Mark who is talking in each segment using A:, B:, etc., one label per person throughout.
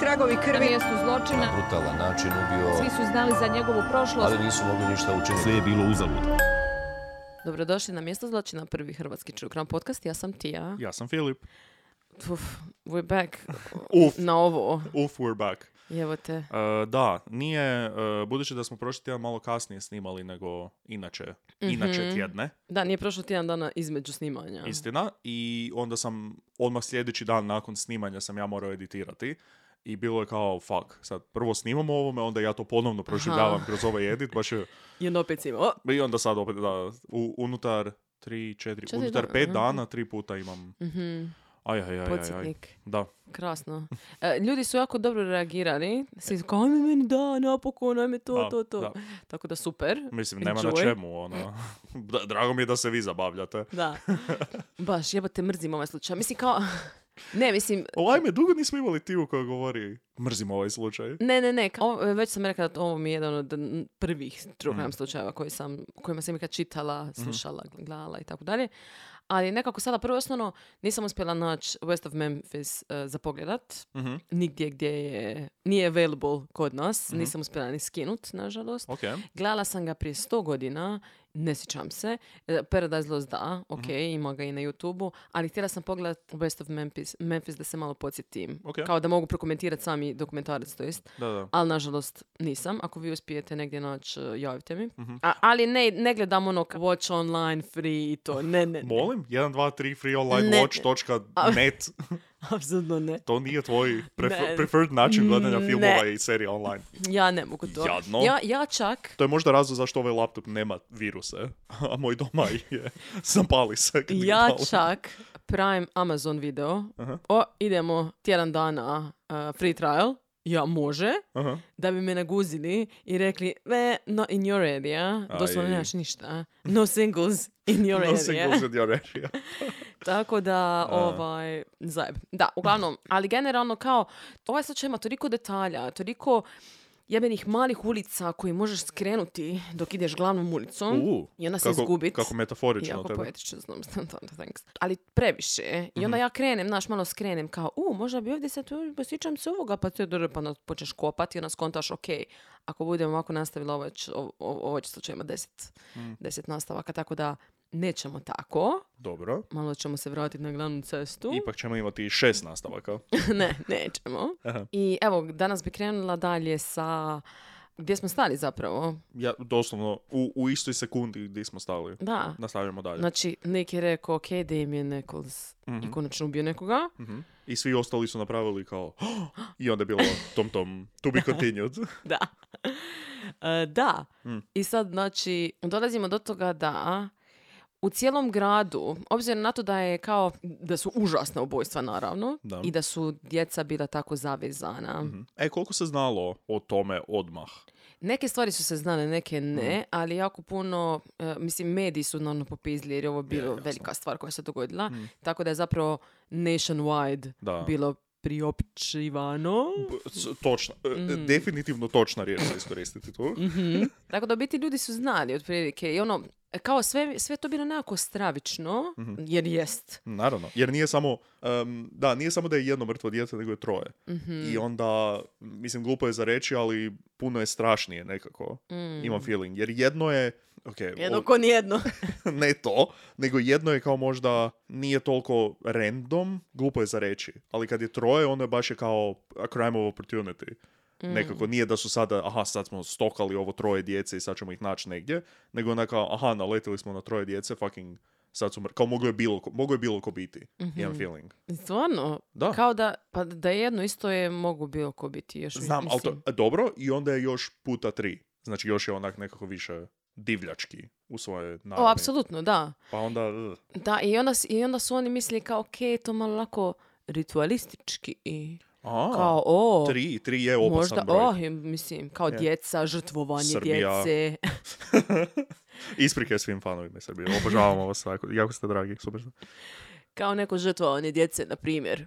A: tragovi
B: Na
A: krvi.
B: mjestu zločina,
C: brutalan način
B: svi
C: ubio,
B: su znali za njegovu prošlost.
C: ali nisu mogli ništa učiniti.
D: Sve je bilo uzalud.
E: Dobrodošli na mjesto zločina prvi hrvatski čukran podcast. Ja sam Tija.
D: Ja sam Filip.
E: Uf, we're back
D: Uf,
E: na ovo.
D: uf, we're back.
E: Evo te.
D: E, da, nije, e, budući da smo prošli tjedan malo kasnije snimali nego inače,
E: Mhm.
D: inače tjedne,
E: Da, nije prošlo tjedan dana između snimanja.
D: istina, i onda sam odmah sljedeći dan nakon snimanja sam ja morao editirati i bilo je kao, fuck, sad prvo snimamo ovome, onda ja to ponovno proživljavam kroz ovaj edit, baš je,
E: I onda opet snima. O!
D: i onda sad opet, da, u, unutar tri, četiri,
E: Četiri
D: unutar
E: dana, mhm.
D: pet
E: aha.
D: dana tri puta imam,
E: Mhm,
D: aj, aj, aj, aj, aj.
E: podsjetnik.
D: Da,
E: Krasno. E, ljudi su jako dobro reagirali. Svi su kao, ajme meni da, napokon, ajme to,
D: Da,
E: to, to.
D: da.
E: Tako da super.
D: mislim, nema na
E: Enjoy.
D: čemu, ono. Da, drago mi je da se vi zabavljate.
E: Da. Baš, jebate, mrzim ovaj slučaj. Mislim kao... Ne, mislim,
D: O, ajme, dugo nismo imali Tivu koja govori mrzim ovaj slučaj.
E: Ne, ne, ne. ka- Mm. o- e, već sam rekla da ovo mi je jedan od n- prvih program slučajeva koji sam, o kojima sam ikad čitala, slušala, gledala i tako dalje. Ali nekako sada prvo i osnovno nisam uspjela naći West of Memphis eh, za pogledat.
D: Mhm,
E: Nigdje gdje je, nije available kod nas. Nisam uspjela ni skinut, nažalost.
D: ok.
E: Gledala sam ga prije 100 godina, ne sjećam se. E, Paradise Lost da, ok, ima ga i na youtube ali htjela sam pogledat West of Memphis, Memphis da se malo podsjetim.
D: Ok.
E: Kao da mogu prokomentirati sami dokumentarac, to jest.
D: Da, da.
E: Ali nažalost nisam. Ako vi uspijete negdje naći, e, javite mi.
D: Mhm.
E: A- ali ne, ne gledam ono k- watch online free i to. Ne, ne, ne.
D: Molim, 1, 2, 3, free online
E: Ne.
D: watch.net.
E: Apsolutno ne.
D: To nije tvoj prefer-
E: Ne.
D: preferred način gledanja
E: Ne.
D: filmova i serija online.
E: Ja ne mogu to.
D: Jadno.
E: Ja, ja čak...
D: To je možda razlog zašto ovaj laptop nema viruse, a moj doma je. Zapali se. kad ga
E: Ja
D: upali.
E: čak Prime Amazon video. O, idemo tjedan dana uh, free trial. Ja, može.
D: Aha.
E: Da bi me naguzili i rekli, ne, not in your area. Doslovno
D: Aj.
E: nemaš ništa. No singles in your
D: No
E: area.
D: singles in your area.
E: Tako da, ovaj, zajeb. Da, uglavnom, ali generalno kao, ovaj slučaj ima toliko detalja, toliko jebenih malih ulica koji možeš skrenuti dok ideš glavnom ulicom
D: U,
E: Mhm. i onda se
D: kako,
E: izgubit.
D: Kako metaforično.
E: Jako
D: tebe.
E: poetično, znam, znam, znam, thanks. Ali previše. je. I onda
D: Mhm.
E: ja krenem, znaš, malo skrenem kao, u, možda bi ovdje sad, u, sjećam se ovoga, pa te dobro, pa onda počneš kopati i onda skontaš, ok, ako budem ovako nastavila, ovo će, ovo, ovo će slučaj ima deset,
D: Mhm.
E: deset nastavaka, tako da nećemo tako
D: Dobro.
E: malo ćemo se vratiti na glavnu cestu.
D: Ipak ćemo imati šest nastavaka.
E: ne, nećemo.
D: Aha.
E: I evo, danas bi krenula dalje sa gdje smo stali zapravo.
D: Ja, doslovno, u, u istoj sekundi gdje smo stali.
E: Da.
D: Nastavljamo dalje.
E: Znači, Nick je rekao, ok, Damien Nichols je konačno ubio nekoga.
D: Mhm. I svi ostali su napravili kao "Oh!" i onda je bilo tom tom, to be continued.
E: Da. E, da.
D: Mm.
E: I sad, znači, dolazimo do toga da u cijelom gradu, obzirom na to da je kao, da su užasna ubojstva naravno,
D: Da.
E: i da su djeca bila tako zavezana.
D: e, koliko se znalo o tome odmah?
E: Neke stvari su se znale, neke
D: Mhm.
E: ne, ali jako puno, e, mislim, mediji su naravno popizli jer je ovo bilo
D: jasno. Mhm.
E: velika stvar koja se dogodila, tako da je zapravo nationwide
D: Da.
E: bilo priopćivano.
D: B- s- Točna, e,
E: Mm.
D: definitivno točna riječ za iskoristiti tu.
E: Tako da u biti ljudi su znali otprilike i ono, kao sve, sve je to bilo nekako stravično,
D: Mhm.
E: jer jest.
D: Naravno, jer nije samo, em, da, nije samo da je jedno mrtvo dijete, nego je troje.
E: Mhm.
D: I onda, mislim, glupo je za reći, ali puno je strašnije nekako, imam feeling. Jer jedno je, ok,
E: Mm. Jedno
D: o-
E: ko nijedno.
D: ne to, nego jedno je kao možda nije toliko random, glupo je za reći, ali kad je troje, ono je baš je kao a crime of opportunity.
E: Mm.
D: Nekako nije da su sada, aha, sad smo stokali ovo troje djece i sad ćemo ih naći negdje, nego onda kao, aha, naletili smo na troje djece, fucking, sad su mr- kao moglo je bilo, ko- moglo je bilo ko biti, imam feeling.
E: Mhm. Stvarno,
D: Da.
E: kao da, pa da je jedno isto je mogu bilo ko biti još.
D: Znam, ali to,
E: mislim.
D: a, dobro, i onda je još puta tri, znači još je onak nekako više divljački u svoje naravi.
E: O, apsolutno, da.
D: Pa onda, ugh.
E: Da, i onda, s- i onda su oni mislili kao, ok, to malo lako ritualistički i
D: a,
E: kao, o,
D: tri, tri je opasan
E: možda,
D: broj.
E: o, mislim, kao djeca, žrtvovanje
D: Srbija.
E: djece.
D: Isprike svim fanovima Srbije. Obožavamo vas, jako, jako ste dragi, super ste.
E: Kao neko žrtvovanje djece, na primjer.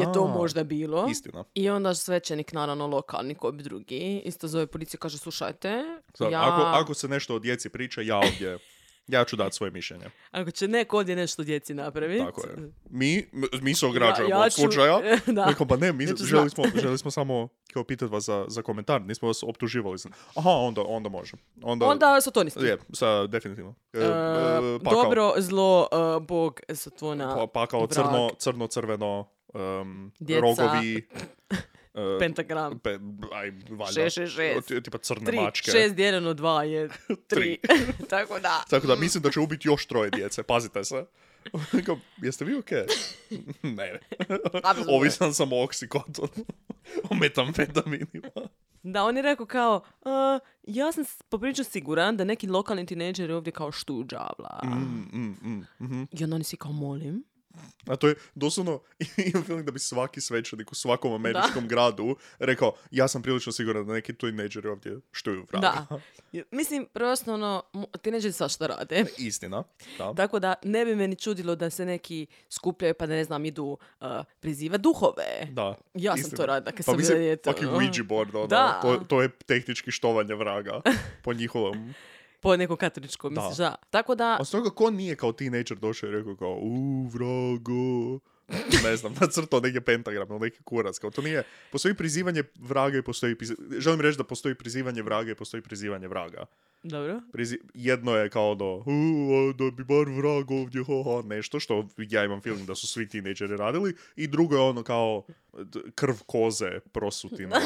E: Je to
D: A,
E: možda bilo.
D: Istina.
E: I onda svećenik, naravno, lokalni, ko bi drugi, isto zove policiju, kaže, slušajte,
D: Sad,
E: ja...
D: ako, ako se nešto o djeci priča, ja ovdje Ja ću dati svoje mišljenje.
E: Ako će neko ovdje nešto djeci napraviti.
D: Tako je. Mi, m- mi se ograđujemo
E: Ja- ja
D: od
E: ću-
D: slučaja.
E: Da.
D: Rekao, pa ne, mi
E: Neću
D: želi
E: znat.
D: smo, želi smo samo kao pitati vas za, za komentar. Nismo vas optuživali. Aha, onda, onda može. Onda,
E: Onda satonist.
D: je, sa, definitivno. E,
E: E,
D: e, pakao.
E: dobro, zlo, e, bog, satona,
D: Pa, pakao,
E: vrag,
D: crno, crno, crveno, em,
E: Djeca.
D: rogovi. e,
E: pentagram.
D: pe, aj, valjda.
E: Šest, šest, šest.
D: Ti- Tipa crne
E: Tri,
D: mačke.
E: šest dijeljeno dva je tri. Tako da.
D: Tako da mislim da će ubiti još troje djece, pazite se. Kao, jeste vi okej? ne, ne.
E: Apsolutno.
D: Ovisan sam o oksikotonu. o metamfetaminima.
E: Da, on je rekao kao, "A, ja sam s- poprilično siguran da neki lokalni tineđeri ovdje kao štuđa, bla.
D: Mm, mm, mm, mhm.
E: I onda oni si kao, molim.
D: A to je doslovno, imam feeling da bi svaki svećenik u svakom američkom gradu rekao, ja sam prilično siguran da neki teenageri ovdje štuju vraga.
E: Da. Mislim, prosto ono, mo- tineđeri svašta rade.
D: Istina. Da.
E: Tako da ne bi me ni čudilo da se neki skupljaju pa da ne znam idu priziva prizivati duhove.
D: Da.
E: Ja sam
D: istina.
E: to radila kad
D: pa
E: sam
D: mislim,
E: bila dijete,
D: fucking
E: ono.
D: Ouija board, ono,
E: Da.
D: to, to je tehnički štovanje vraga po njihovom
E: Po neko katoličko, misliš, da. Tako da,
D: A stoga ko nije kao teenager došao i rekao kao u vrago ne znam, nacrtao negdje pentagram ili neki kurac, kao to nije, postoji prizivanje vraga i postoji, priz- želim reći da postoji prizivanje vraga i postoji prizivanje vraga.
E: dobro.
D: Prizi- jedno je kao do, "U, a, da bi bar vrag ovdje, ha, ha," nešto, što ja imam feeling da su svi tinejdžeri radili, i drugo je ono kao d- krv koze prosuti na,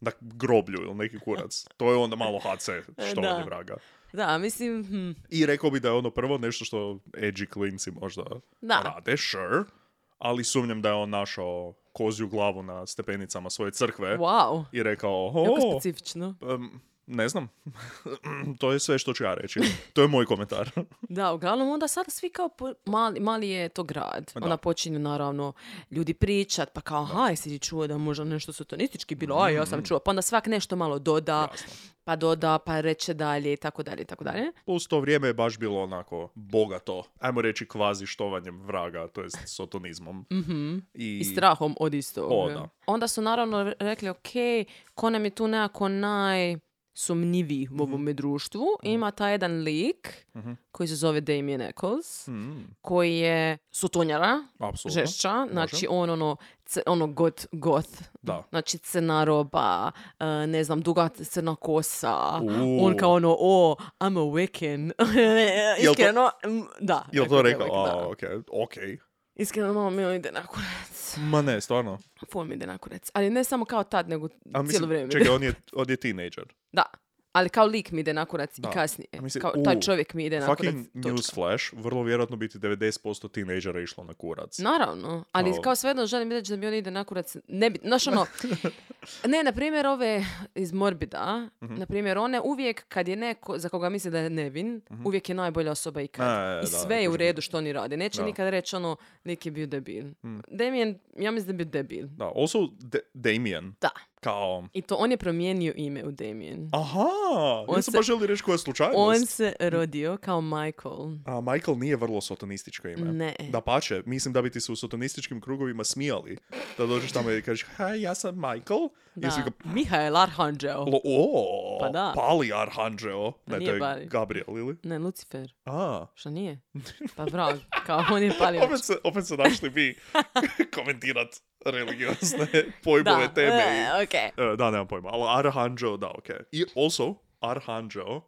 D: na groblju ili neki kurac. To je onda malo HC, što
E: Da.
D: je vraga.
E: Da, mislim, hm,
D: I rekao bi da je ono prvo nešto što edgy klinci možda
E: Da.
D: rade, sure, ali sumnjam da je on našao kozju glavu na stepenicama svoje crkve
E: wow.
D: i rekao, "Oh,
E: Jako
D: o,
E: specifično.
D: em, ne znam, to je sve što ću ja reći. To je moj komentar.
E: Da, uglavnom onda sada svi kao po- mali, mali je to grad.
D: Pa Da.
E: Onda počinju naravno ljudi pričat, pa kao aha, jesi ti čuo da možda nešto sotonistički bilo, a ja sam čuo. Pa onda svak nešto malo doda,
D: Mm. Jasno.
E: pa doda, pa reče dalje i tako dalje i tako dalje.
D: Plus to vrijeme je baš bilo onako bogato, ajmo reći kvazi štovanjem vraga, to jest sotonizmom. I,
E: Mhm. I strahom od istog.
D: O, da.
E: Onda su naravno re- rekli, ok, ko nam je tu nekako najsumnjiviji
D: Mhm.
E: u ovome društvu. Ima taj jedan lik koji se zove Damien Eccles,
D: Mm,
E: koji je sutonjara,
D: apsolutno.
E: žešća, znači on ono, c- ono got, goth,
D: Da.
E: znači crna roba, e, ne znam, duga crna kosa,
D: U.
E: on kao ono, o, I'm a Wiccan,
D: to-
E: iskreno, mm, da.
D: Jel
E: da
D: to
E: je
D: rekao?
E: Wiccan, da.
D: A, okej, okej.
E: Iskreno, malo mi on ide na kurac.
D: Ma ne, stvarno.
E: Ful mi ide na kurac. Ali ne samo kao tad, nego
D: A mislim,
E: cijelo vrijeme.
D: Čekaj, on je, on je teenager.
E: Da. Ali kao lik mi ide na kurac
D: Da.
E: i kasnije.
D: A mislim,
E: kao,
D: u,
E: taj čovjek mi ide na kurac.
D: Fucking
E: točka.
D: newsflash, vrlo vjerojatno biti 90% tinejdžera išlo na kurac.
E: Naravno, ali
D: Kao-
E: kao svejedno želim reći da mi on ide na kurac, ne bi, znaš ono, ne, na primjer ove iz Morbida,
D: Mhm.
E: na primjer one uvijek kad je neko za koga misli da je nevin, uvijek je najbolja osoba ikad.
D: Mhm. A, je,
E: I
D: da,
E: sve je u
D: kužim.
E: redu što oni rade, neće
D: Da. Mhm.
E: nikad reći ono, lik je bio debil. Damien, ja mislim da je bio debil.
D: Da, also Da- Damien,
E: Da.
D: kao...
E: I to on je promijenio ime u Damien.
D: Aha,
E: On
D: ja sam
E: se-
D: baš želi reći koja je Mhm.
E: On
D: slučajnost.
E: se rodio kao Michael.
D: A Michael nije vrlo sotonističko ime.
E: Ne.
D: Da pače, mislim da bi ti se u sotonističkim krugovima smijali. Da dođeš tamo i kažeš, hej, ja sam Michael. I
E: Da.
D: svi ga,
E: Mihael Arhanđel.
D: "Lo- o,
E: Pa da. Pa
D: pali Arhanđeo. Ne, to
E: nije
D: je
E: pali.
D: Gabriel, ili?
E: Ne, Lucifer.
D: A,
E: Šta nije? Pa vrag, kao on je palio.
D: opet se, opet se našli mi komentirat religiozne pojmove
E: da,
D: teme. i-
E: e, okej.
D: E, da, nemam pojma, ali Arhanđeo, da, ok. I also, Arhanđeo,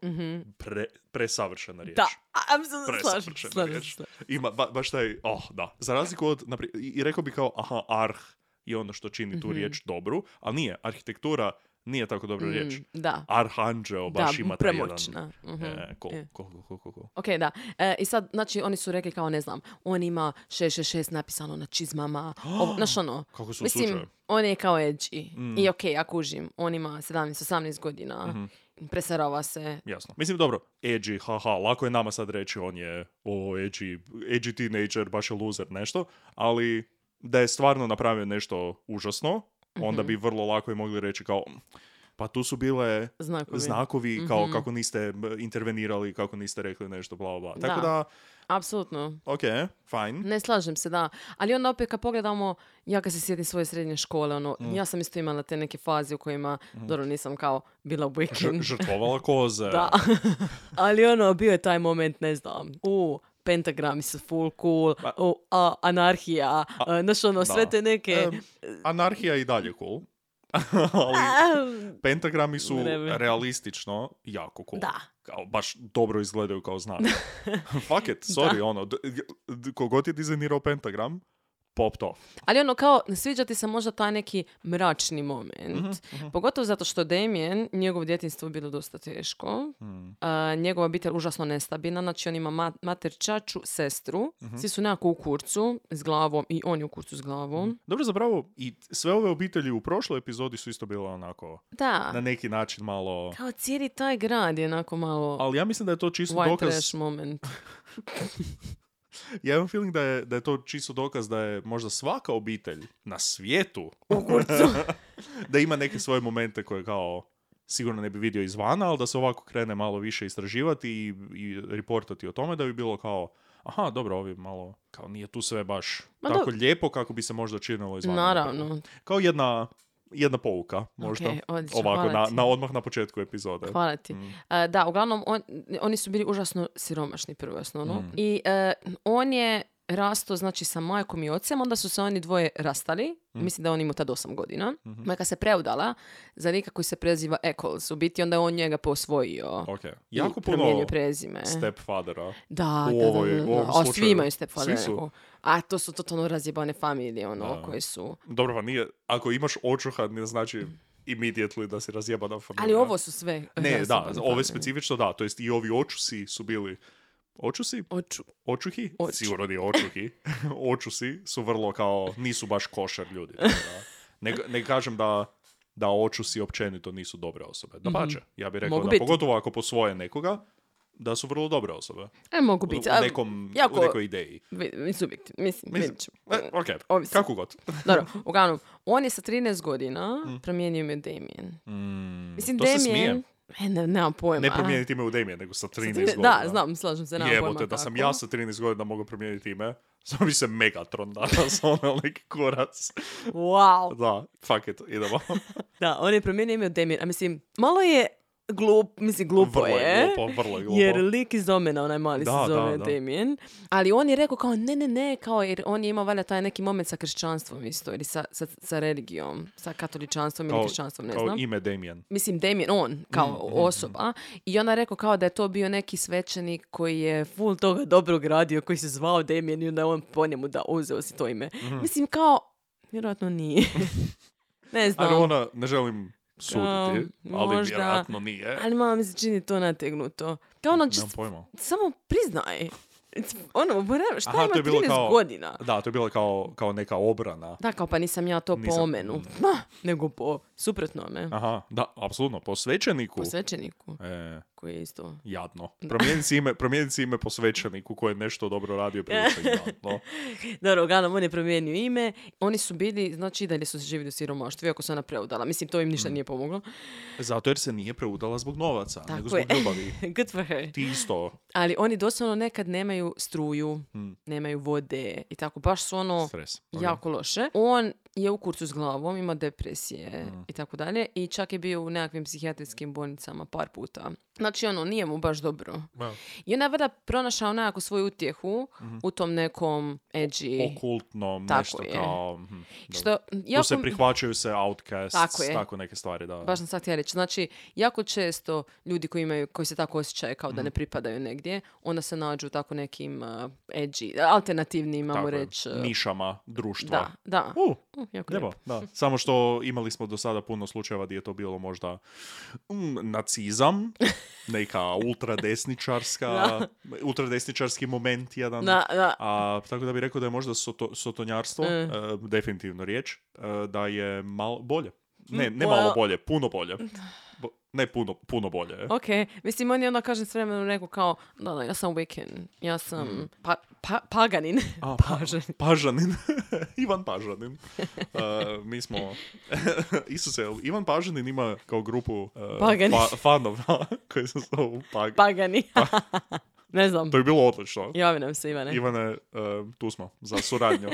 D: pre, presavršena riječ.
E: Mhm. Da, a- apsolutno slažem,
D: presavršena
E: slažem
D: riječ.
E: se.
D: Ima, ba- baš taj, oh, da. Za razliku od, napri- i i rekao bi kao, aha, arh je ono što čini tu
E: Mhm.
D: riječ dobru, ali nije, arhitektura nije tako dobra riječ.
E: Da,
D: Arhanđeo
E: Mm. da,
D: baš ima taj jedan...
E: premoćna. Mhm.
D: E, cool,
E: Je.
D: cool, cool, cool, cool, cool.
E: Ok, da. E, I sad, znači, oni su rekli kao, ne znam, on ima 666 napisano na čizmama. Ovo, znaš ono,
D: Kako se
E: mislim,
D: usuđuje.
E: on je kao edgy.
D: Mm.
E: I ok, ja kužim, on ima 17-18 godina,
D: Mhm.
E: presarava se.
D: Jasno. Mislim, dobro, edgy, haha, lako je nama sad reći, on je, o, edgy, edgy teenager, baš je loser, nešto, ali
E: Mhm.
D: da je stvarno napravio nešto užasno, onda bi vrlo lako i mogli reći kao, Pa tu su bile
E: Znakovi.
D: znakovi kao
E: Mhm.
D: kako niste m, intervenirali, kako niste rekli nešto, bla, bla, bla. Tako
E: Da.
D: da,
E: Apsolutno.
D: ok, fine.
E: Ne slažem se, da. Ali onda opet kad pogledamo, ja kad se sjetim svoje srednje škole, ono,
D: Mm.
E: ja sam isto imala te neke faze u kojima, dobro, nisam kao bila u
D: Ž-
E: weekend.
D: žrtvovala koze.
E: Da. Ali ono, bio je taj moment, ne znam, u pentagrami su full cool, u, a, anarhija, a, znaš ono, sve
D: da.
E: te neke...
D: Em, anarhija je i dalje cool. Ali
E: Em,
D: pentagrami su
E: Whatever.
D: realistično jako cool.
E: Da.
D: Kao, baš dobro izgledaju kao znak. Fuck it, sorry, ono, d- d- kogod je dizajnirao pentagram, pop to.
E: Ali ono, kao, ne sviđa ti se možda taj neki mračni moment.
D: Mhm,
E: Pogotovo zato što Damien, njegovo djetinjstvo je bilo dosta teško.
D: Hmm.
E: A, njegova obitelj je užasno nestabilna. Znači, on ima ma- mater, čaču, sestru.
D: Mhm.
E: Svi su nekako u kurcu s glavom i on je u kurcu s glavom.
D: Dobro, zapravo, i sve ove obitelji u prošloj epizodi su isto bile onako,
E: Da.
D: na neki način malo...
E: Kao cijeli taj grad je onako malo
D: Ali ja mislim da je to čisto
E: white
D: dokaz...
E: trash moment.
D: Ja imam feeling da je, da je to čisto dokaz da je možda svaka obitelj na svijetu da ima neke svoje momente koje kao sigurno ne bi vidio izvana, ali da se ovako krene malo više istraživati i, i reportati o tome da bi bilo kao aha, dobro, ovi malo, kao nije tu sve baš
E: Ma
D: tako lijepo kako bi se možda činilo izvana.
E: Naravno.
D: Kao jedna, jedna pouka, možda.
E: Ok, odlično,
D: ovako,
E: hvala
D: na, ovaj.
E: ti.
D: na odmah na početku epizode. Mm,
E: Hvala ti. E, da, uglavnom, on- oni su bili užasno siromašni prvo i osnovno.
D: Mm.
E: I e, on je rasto, znači, sa majkom i ocem, onda su se oni dvoje rastali.
D: Mm.
E: Mislim da je on imao tad osam godina.
D: Mhm.
E: Majka se preudala za lika koji se preziva Eccles. U biti, onda je on njega posvojio.
D: Ok.
E: i
D: Jako puno
E: promijenio prezime.
D: stepfathera.
E: Da,
D: U
E: da, da,
D: ovoj-
E: da,
D: u ovom
E: da. A
D: slučaju.
E: svi imaju stepfather.
D: Svi su.
E: neko. A to su totalno razjebane familije, ono,
D: Da.
E: koje su...
D: Dobro, pa nije, ako imaš očuha, ne znači immediately da si razjebana familija.
E: Ali ovo su sve...
D: Ne, da,
E: razjebane
D: ove
E: familije.
D: specifično da, to jest i ovi očusi su bili... Očusi?
E: Oču.
D: Očuhi?
E: Oč-
D: Sigurno nije očuhi. očusi su vrlo kao, nisu baš košar ljudi. tako da. Ne, ne kažem da da očusi općenito nisu dobre osobe. Da ja bih rekao
E: Mhm. Mogu
D: da
E: biti.
D: pogotovo ako posvoje nekoga, da su vrlo dobre osobe.
E: E, mogu
D: U,
E: biti.
D: u
E: a,
D: nekom,
E: jako,
D: u nekoj ideji.
E: vi- subjektivno,
D: Mislim,
E: mislim, vidit ćemo.
D: e, ok,
E: Ovisi.
D: kako god.
E: Dobro, uglavnom, on je sa 13 godina promijenio ime Damien. Mislim,
D: Mm. to se smije.
E: Damien... E, ne, nemam pojma.
D: Ne promijeniti ime u Damien, nego sa 13 godina.
E: Da, znam, slažem se, nemam
D: Jebo
E: pojma
D: te, da sam
E: kako.
D: ja sa 13 godina mogao promijeniti ime, samo bi se Megatron danas, ono neki kurac.
E: Wow.
D: Da, fuck it, idemo.
E: Da, on je promijenio ime u Damien. A mislim, malo je glup, mislim, glupo
D: Vrlo je
E: je.
D: glupo, vrlo je glupo.
E: Jer lik iz Omena, onaj mali
D: Da,
E: se zove
D: da, da.
E: Damien. Ali on je rekao kao ne, ne, ne, kao jer on je imao valjda taj neki moment sa kršćanstvom isto, ili sa, sa, sa religijom, sa katoličanstvom ili
D: Kao-
E: kršćanstvom, ne
D: kao
E: znam.
D: ime Damien.
E: mislim Damien, on
D: Mm,
E: kao osoba i ona je rekao kao da je to bio neki svećenik koji je full toga dobro gradio, koji se zvao Damien i onda je on po njemu da uzeo si to ime.
D: Mhm.
E: Mislim kao, vjerojatno nije. ne znam.
D: Ali ono ona, ne želim suditi,
E: Kao,
D: ali
E: možda-
D: vjerojatno nije.
E: Ali malo mi se čini to nategnuto. Kao ono,
D: Nemam
E: just-
D: pojma.
E: samo priznaj. It's- ono, whatever, šta
D: Aha,
E: ima
D: to je bilo
E: 13
D: kao-
E: godina?
D: Da, to je bila kao, kao neka obrana.
E: Da, kao pa nisam ja to
D: Nisam.
E: po omenu. Ma, nego po suprotnome.
D: Aha, da, apsolutno, po svećeniku.
E: Po svećeniku,
D: E,
E: koji je isto...
D: jadno. Promijeni si ime, promijeni si ime po svećeniku koji je nešto dobro radio prilično jadno.
E: Dobro, uglavnom, on je promijenio ime. Oni su bili, znači, i dalje su se živjeli u siromaštvu, iako se ona preudala. Mislim, to im ništa nije pomoglo.
D: Zato jer se nije preudala zbog novaca, nego
E: Tako
D: zbog
E: je.
D: ljubavi.
E: Good for her.
D: Ti isto hm,
E: Ali oni doslovno nekad nemaju struju, nemaju vode i tako. Baš su ono...
D: stres.
E: Jako loše. On je u kurcu s glavom, ima depresije i tako dalje. I čak je bio u nekakvim psihijatrijskim bolnicama par puta. Znači, ono, nije mu baš dobro.
D: Ma,
E: I ona je valjda pronašao nekakvu svoju utjehu u tom nekom edgy...
D: Okultnom,
E: Tako
D: nešto
E: je.
D: kao... mhm, dobro.
E: Što,
D: Tu
E: jako,
D: se prihvaćaju se outcasts,
E: Tako
D: tako,
E: je.
D: neke stvari, da.
E: Baš sam sad htjela reći. Znači, jako često ljudi koji imaju, koji se tako osjećaju kao
D: Mhm.
E: da ne pripadaju negdje, onda se nađu u tako nekim uh, edgy, alternativnim,
D: Tako
E: imamo
D: je.
E: reći. uh,
D: Nišama društva.
E: Da, da.
D: U,
E: Uh, jako
D: lijepo,
E: lijepo.
D: da. Samo što imali smo do sada puno slučajeva gdje je to bilo možda mm, nacizam, neka ultradesničarska, ultradesničarski moment jedan.
E: Da, da.
D: A, tako da bih rekao da je možda soto, sotonjarstvo, e, definitivno riječ, e, da je malo bolje. Ne, ne
E: Mm,
D: malo
E: pa-
D: bolje, puno bolje. Bo- Ne puno, puno bolje.
E: Ok, mislim, on je onda kažem s vremenom rekao kao, da, da, ja sam Wiccan, ja sam
D: Mhm.
E: pa, pa- paganin.
D: A,
E: Pažan.
D: Pažanin. Ivan Pažanin. Uh, mi smo... Isuse, jel Ivan Pažanin ima kao grupu uh,
E: Pagani.
D: fa- fanova koji se zovu Pag...
E: Pagani. ne znam.
D: Pa. To je bilo odlično.
E: Javi nam se, Ivane.
D: Ivane, uh, tu smo, za suradnju.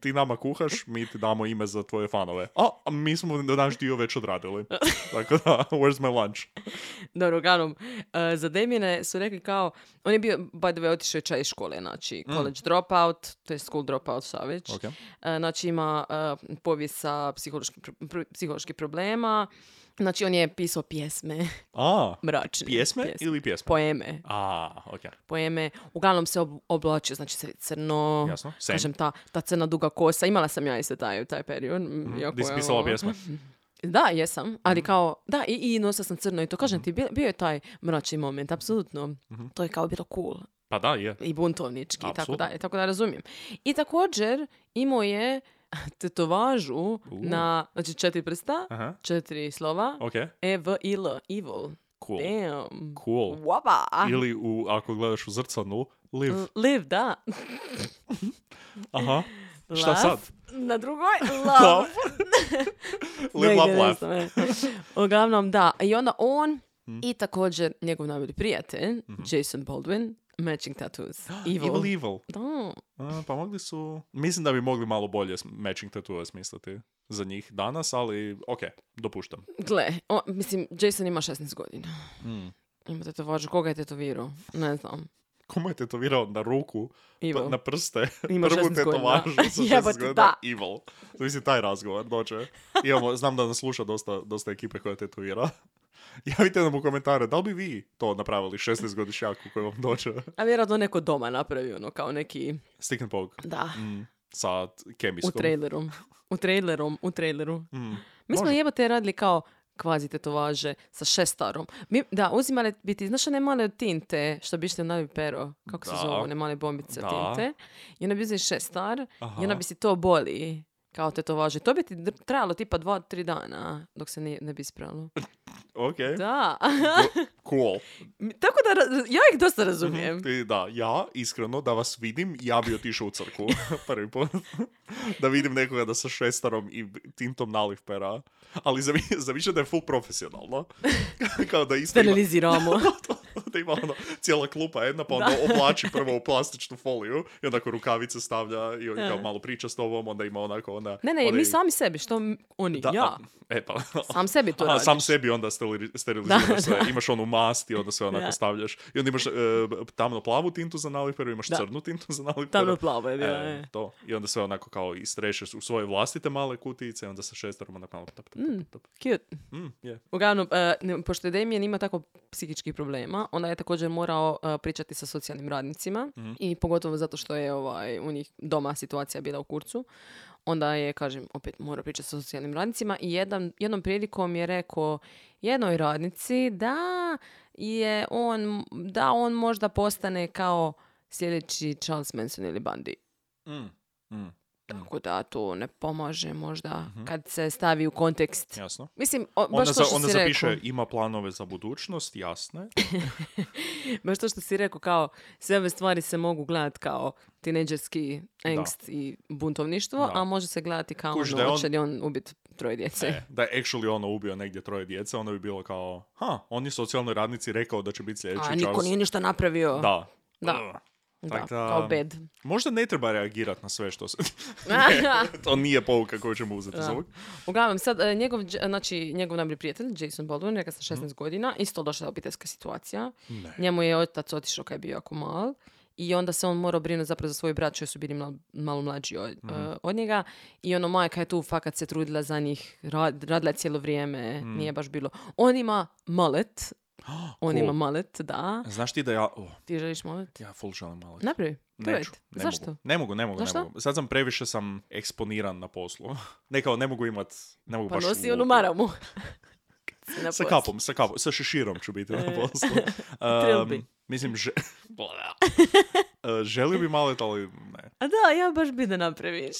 D: Ti nama kuhaš, mi ti damo ime za tvoje fanove. A, a mi smo naš dio već odradili. Tako da, where's my lunch?
E: Dobro, uglavnom, e, za Demine su rekli kao, on je bio, by the way, otišao je čaj iz škole, znači college dropout, to je school dropout, šta već.
D: Mm. Ok.
E: E, znači ima e, povijest sa psihološkim, pro- pro- psiholoških problema, znači on je pisao pjesme,
D: A,
E: mračne.
D: pjesme ili pjesme?
E: Poeme,
D: A, ok.
E: poeme. Uglavnom se ob- oblačio, znači sve crno.
D: Jasno, same.
E: Kažem, ta, ta crna duga kosa. Imala sam ja isto taj, taj period. mm, iako
D: Mhm. Di si
E: je
D: pisala Mhm.
E: ono-
D: pjesme?
E: Da, jesam. Ali kao, da, i, i nosila sam crno i to. Kažem ti,
D: Mhm.
E: bio, bio je taj mračni moment, apsolutno. To je kao bilo cool
D: Pa da, je.
E: i buntovnički i tako
D: Apsolutno.
E: dalje. Tako da razumijem. I također imao je tetovažu na, znači četiri prsta,
D: Aha.
E: četiri slova,
D: Ok,
E: E, V, I, L, evil.
D: cool.
E: Damn.
D: Cool.
E: Waba.
D: Ili u, ako gledaš u zrcanu, live.
E: L- Mm, Live, da.
D: Aha. Šta sad?
E: Na drugoj,
D: Love.
E: love.
D: Live,
E: Negdje,
D: love,
E: ne
D: laugh. Mm.
E: znam, e. Uglavnom, da. I onda on i također njegov najbolji prijatelj, Jason Baldwin, Matching Tattoos. Evil.
D: Mhm. Evil, evil.
E: Da.
D: A, pa mogli su... Mislim da bi mogli malo bolje s- matching tattoo smisliti za njih danas, ali ok, dopuštam.
E: Gle, o, mislim, Jason ima 16 godina. Ima tetovažu. Koga je tetovirao? Ne znam.
D: Komu je tetovirao na ruku, pa,
E: Evil.
D: na prste,
E: Ima
D: prvu
E: 16 godina.
D: tetovažu sa 16
E: Jebote,
D: godina,
E: da.
D: evil. Mislim, taj razgovor dođe. Imamo, znam da nas sluša dosta, dosta ekipe koja tetovira. Javite nam u komentare, da li bi vi to napravili 16-godišnjaku koji vam dođe
E: A vjerojatno neko doma napravi, ono, kao neki...
D: stick and poke
E: Da.
D: mm, sa t-
E: U
D: kemijskom.
E: traileru. U traileru, u traileru.
D: Mm.
E: Mi smo
D: Može.
E: jebate radili kao kvazi tetovaže sa šestarom. Mi, da, uzimali biti, znaš one male od tinte, što bi išli u navi pero, kako
D: Da.
E: se zove, one male bombice
D: Da.
E: od tinte. I onda bi uzeli šestar
D: Aha.
E: i onda bi si to boli kao tetovaže. To bi ti dr- trajalo tipa dva, tri dana dok se ne, ne bi ispravilo.
D: Ok,
E: Da.
D: cool.
E: Mi- Tako da, ra- ja ih dosta razumijem.
D: Mhm, Ti, da, ja, iskreno, da vas vidim, ja bi otišao u crku prvi put. da vidim nekoga da sa šestarom i tintom naliv pera. Ali zami- zamišljam da je full profesionalno. Kao da isto ima,
E: Steriliziramo.
D: da ima ono, cijela klupa jedna, pa onda oblači prvo u plastičnu foliju i onda rukavice stavlja i on kao malo priča s tobom, onda ima onako ona...
E: Ne, ne,
D: onaj-
E: mi sami sebi, što m- oni,
D: Da,
E: ja.
D: E pa.
E: Sam sebi to
D: Aha,
E: radiš.
D: sam sebi onda sterili- steriliziraš
E: Da,
D: sve. Imaš onu mast i onda sve onako
E: Da.
D: stavljaš. I onda imaš e, tamno plavu tintu za naliperu, imaš
E: Da.
D: crnu tintu za naliperu.
E: Tamno plavo je bila,
D: E,
E: e.
D: to. I onda sve onako kao istrešeš u svoje vlastite male kutijice, onda sa šestarom onako malo tap, tap, tap, tap.
E: Cute.
D: Mm, je.
E: Uglavnom, e, ne, pošto je Damien imao tako psihičkih problema, onda je također morao e, pričati sa socijalnim radnicima
D: Mhm.
E: i pogotovo zato što je ovaj, u njih doma situacija bila u kurcu. Onda je, kažem, opet morao pričati sa socijalnim radnicima i jedan, jednom prilikom je rekao jednoj radnici da je on, da on možda postane kao sljedeći Charles Manson ili Bundy.
D: Mm, mm,
E: Tako da to ne pomaže možda kad se stavi u kontekst.
D: jasno.
E: Mislim, o, baš
D: Mhm. Onda,
E: to
D: za,
E: što
D: onda
E: si rekao.
D: zapiše, ima planove za budućnost, jasne.
E: Baš to što si rekao, kao sve ove stvari se mogu gledati kao tineđerski angst i buntovništvo,
D: Da.
E: a može se gledati kao
D: Kužiš da je
E: ono,
D: on-
E: hoće li on ubiti troje djece.
D: E, da je actually ono ubio negdje troje djece, onda bi bilo kao, ha, on je socijalnoj radnici rekao da će biti sljedeći
E: a niko
D: Charles.
E: nije ništa napravio.
D: Da.
E: Da. Da,
D: tak da-
E: kao bed.
D: Možda ne treba reagirati na sve što se... to nije pouka koju ćemo uzeti iz
E: Da.
D: ovog.
E: Uglavnom, sad, e, njegov, dž- znači, njegov najbolji prijatelj, Jason Baldwin, rekao sam 16 godina, isto došla obiteljska situacija.
D: Mhm. Ne.
E: Njemu je otac otišao kad je bio jako mal i onda se on morao brinuti zapravo za svoju braću jer su bili mla- malo mlađi od,
D: Mhm.
E: e, od njega i ono majka je tu fakat se trudila za njih, rad, radila je cijelo vrijeme,
D: Mhm.
E: nije baš bilo. On ima malet, on
D: cool.
E: ima malet, da.
D: Znaš ti da ja... o,
E: Ti želiš malet?
D: ja full želim malo.
E: Napravi,
D: Neću,
E: provajte.
D: ne
E: Zašto?
D: Mogu. Ne mogu, ne mogu,
E: Znaš
D: ne
E: šta?
D: mogu. Sad sam previše sam eksponiran na poslu. Ne kao, ne mogu imat, ne mogu
E: Pa
D: baš...
E: nosi
D: lupu.
E: onu maramu. Na
D: Sa
E: poslu. E,
D: kapom, sa kapom, sa šeširom ću biti na poslu.
E: Trilbi.
D: Um, mislim, že... Uh, želio bi malo, ali ne.
E: A da, ja baš bi da napraviš.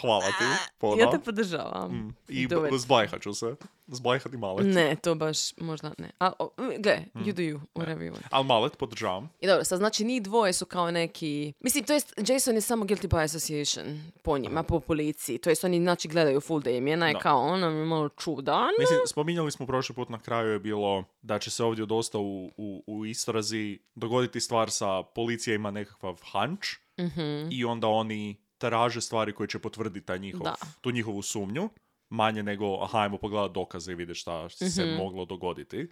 D: Hvala ti, puno.
E: Ja te podržavam.
D: ono? Mm. I
E: Do it.
D: zbajhat ću se. zblajhati malet.
E: Ne, to baš možda ne. A, o, gle,
D: Mm.
E: you do
D: E.
E: you, whatever you want.
D: Ali malet podržavam.
E: I dobro, sad znači njih dvoje su kao neki... Mislim, to jest, Jason je samo guilty by association po njima, po policiji. To jest, oni znači gledaju full Damien, je
D: Da.
E: kao ona mi je malo čudan.
D: Mislim, spominjali smo prošli put na kraju je bilo da će se ovdje dosta u, u, u istrazi dogoditi stvar sa policija ima nekakav hunch
E: Mhm.
D: i onda oni traže stvari koje će potvrditi taj njihov,
E: Da.
D: tu njihovu sumnju. Manje nego, aha, ajmo pogledat dokaze i vidjeti šta se moglo dogoditi.
E: Mhm.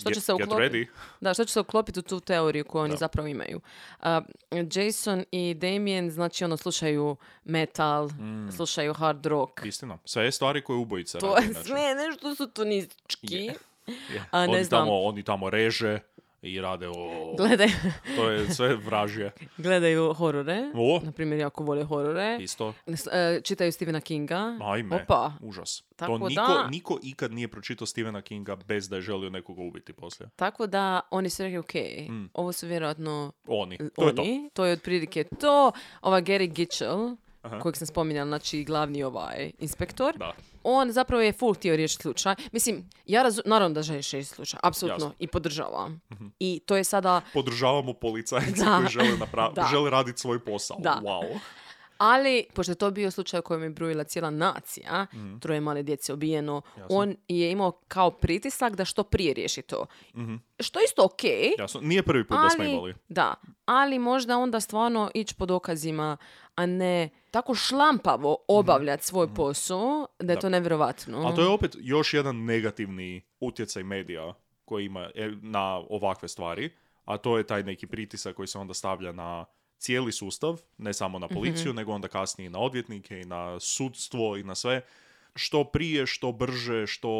E: Što će
D: Get-
E: se
D: get
E: uklopiti?
D: ready.
E: Da, što će se uklopiti u tu teoriju koju oni zapravo imaju. A, Jason i Damien, znači ono, slušaju metal,
D: Mm.
E: slušaju hard rock.
D: Istina. Sve je stvari koje ubojica
E: To
D: radi.
E: je
D: znači.
E: sve nešto su tunistički.
D: Je. Je.
E: A, ne
D: oni,
E: znam.
D: Tamo, oni tamo reže i rade o...
E: Gledaju,
D: To je sve vražje.
E: gledaju horore.
D: O,
E: Na primjer, jako vole horore.
D: isto.
E: S- e, Čitaju Stephena Kinga.
D: Ajme,
E: Opa.
D: užas.
E: Tako
D: to niko,
E: da-
D: niko ikad nije pročitao Stephena Kinga bez da je želio nekoga ubiti poslije.
E: Tako da oni su rekli, ok, ovo su vjerojatno
D: Oni. Mm. To je to.
E: oni. To je otprilike to. Ova Gary Gitchell,
D: Aha.
E: kojeg sam spominjala, znači glavni ovaj inspektor.
D: Da.
E: on zapravo je full htio riješiti slučaj. Mislim, ja razu... naravno da želiš riješiti slučaj, apsolutno,
D: Jasno. Mhm.
E: i podržavam. I to je sada,
D: Podržavamo policajce
E: Da.
D: koji žele, napra-
E: Da.
D: žele raditi svoj posao.
E: Da.
D: Wow.
E: ali pošto je to bio slučaj u kojem je brujila cijela nacija,
D: Mhm.
E: troje male djece ubijeno, on je imao kao pritisak da što prije riješi to. Što je isto ok,
D: Jasno. Nije prvi Mhm. put da smo
E: ali,
D: imali.
E: da, ali možda onda stvarno ići po dokazima, a ne tako šlampavo obavljati svoj posao, da je
D: Mhm. Da.
E: to nevjerovatno.
D: Ali to je opet još jedan negativni utjecaj medija koji ima e, na ovakve stvari, a to je taj neki pritisak koji se onda stavlja na cijeli sustav, ne samo na policiju,
E: Mhm.
D: nego onda kasnije i na odvjetnike i na sudstvo i na sve. Što prije, što brže, što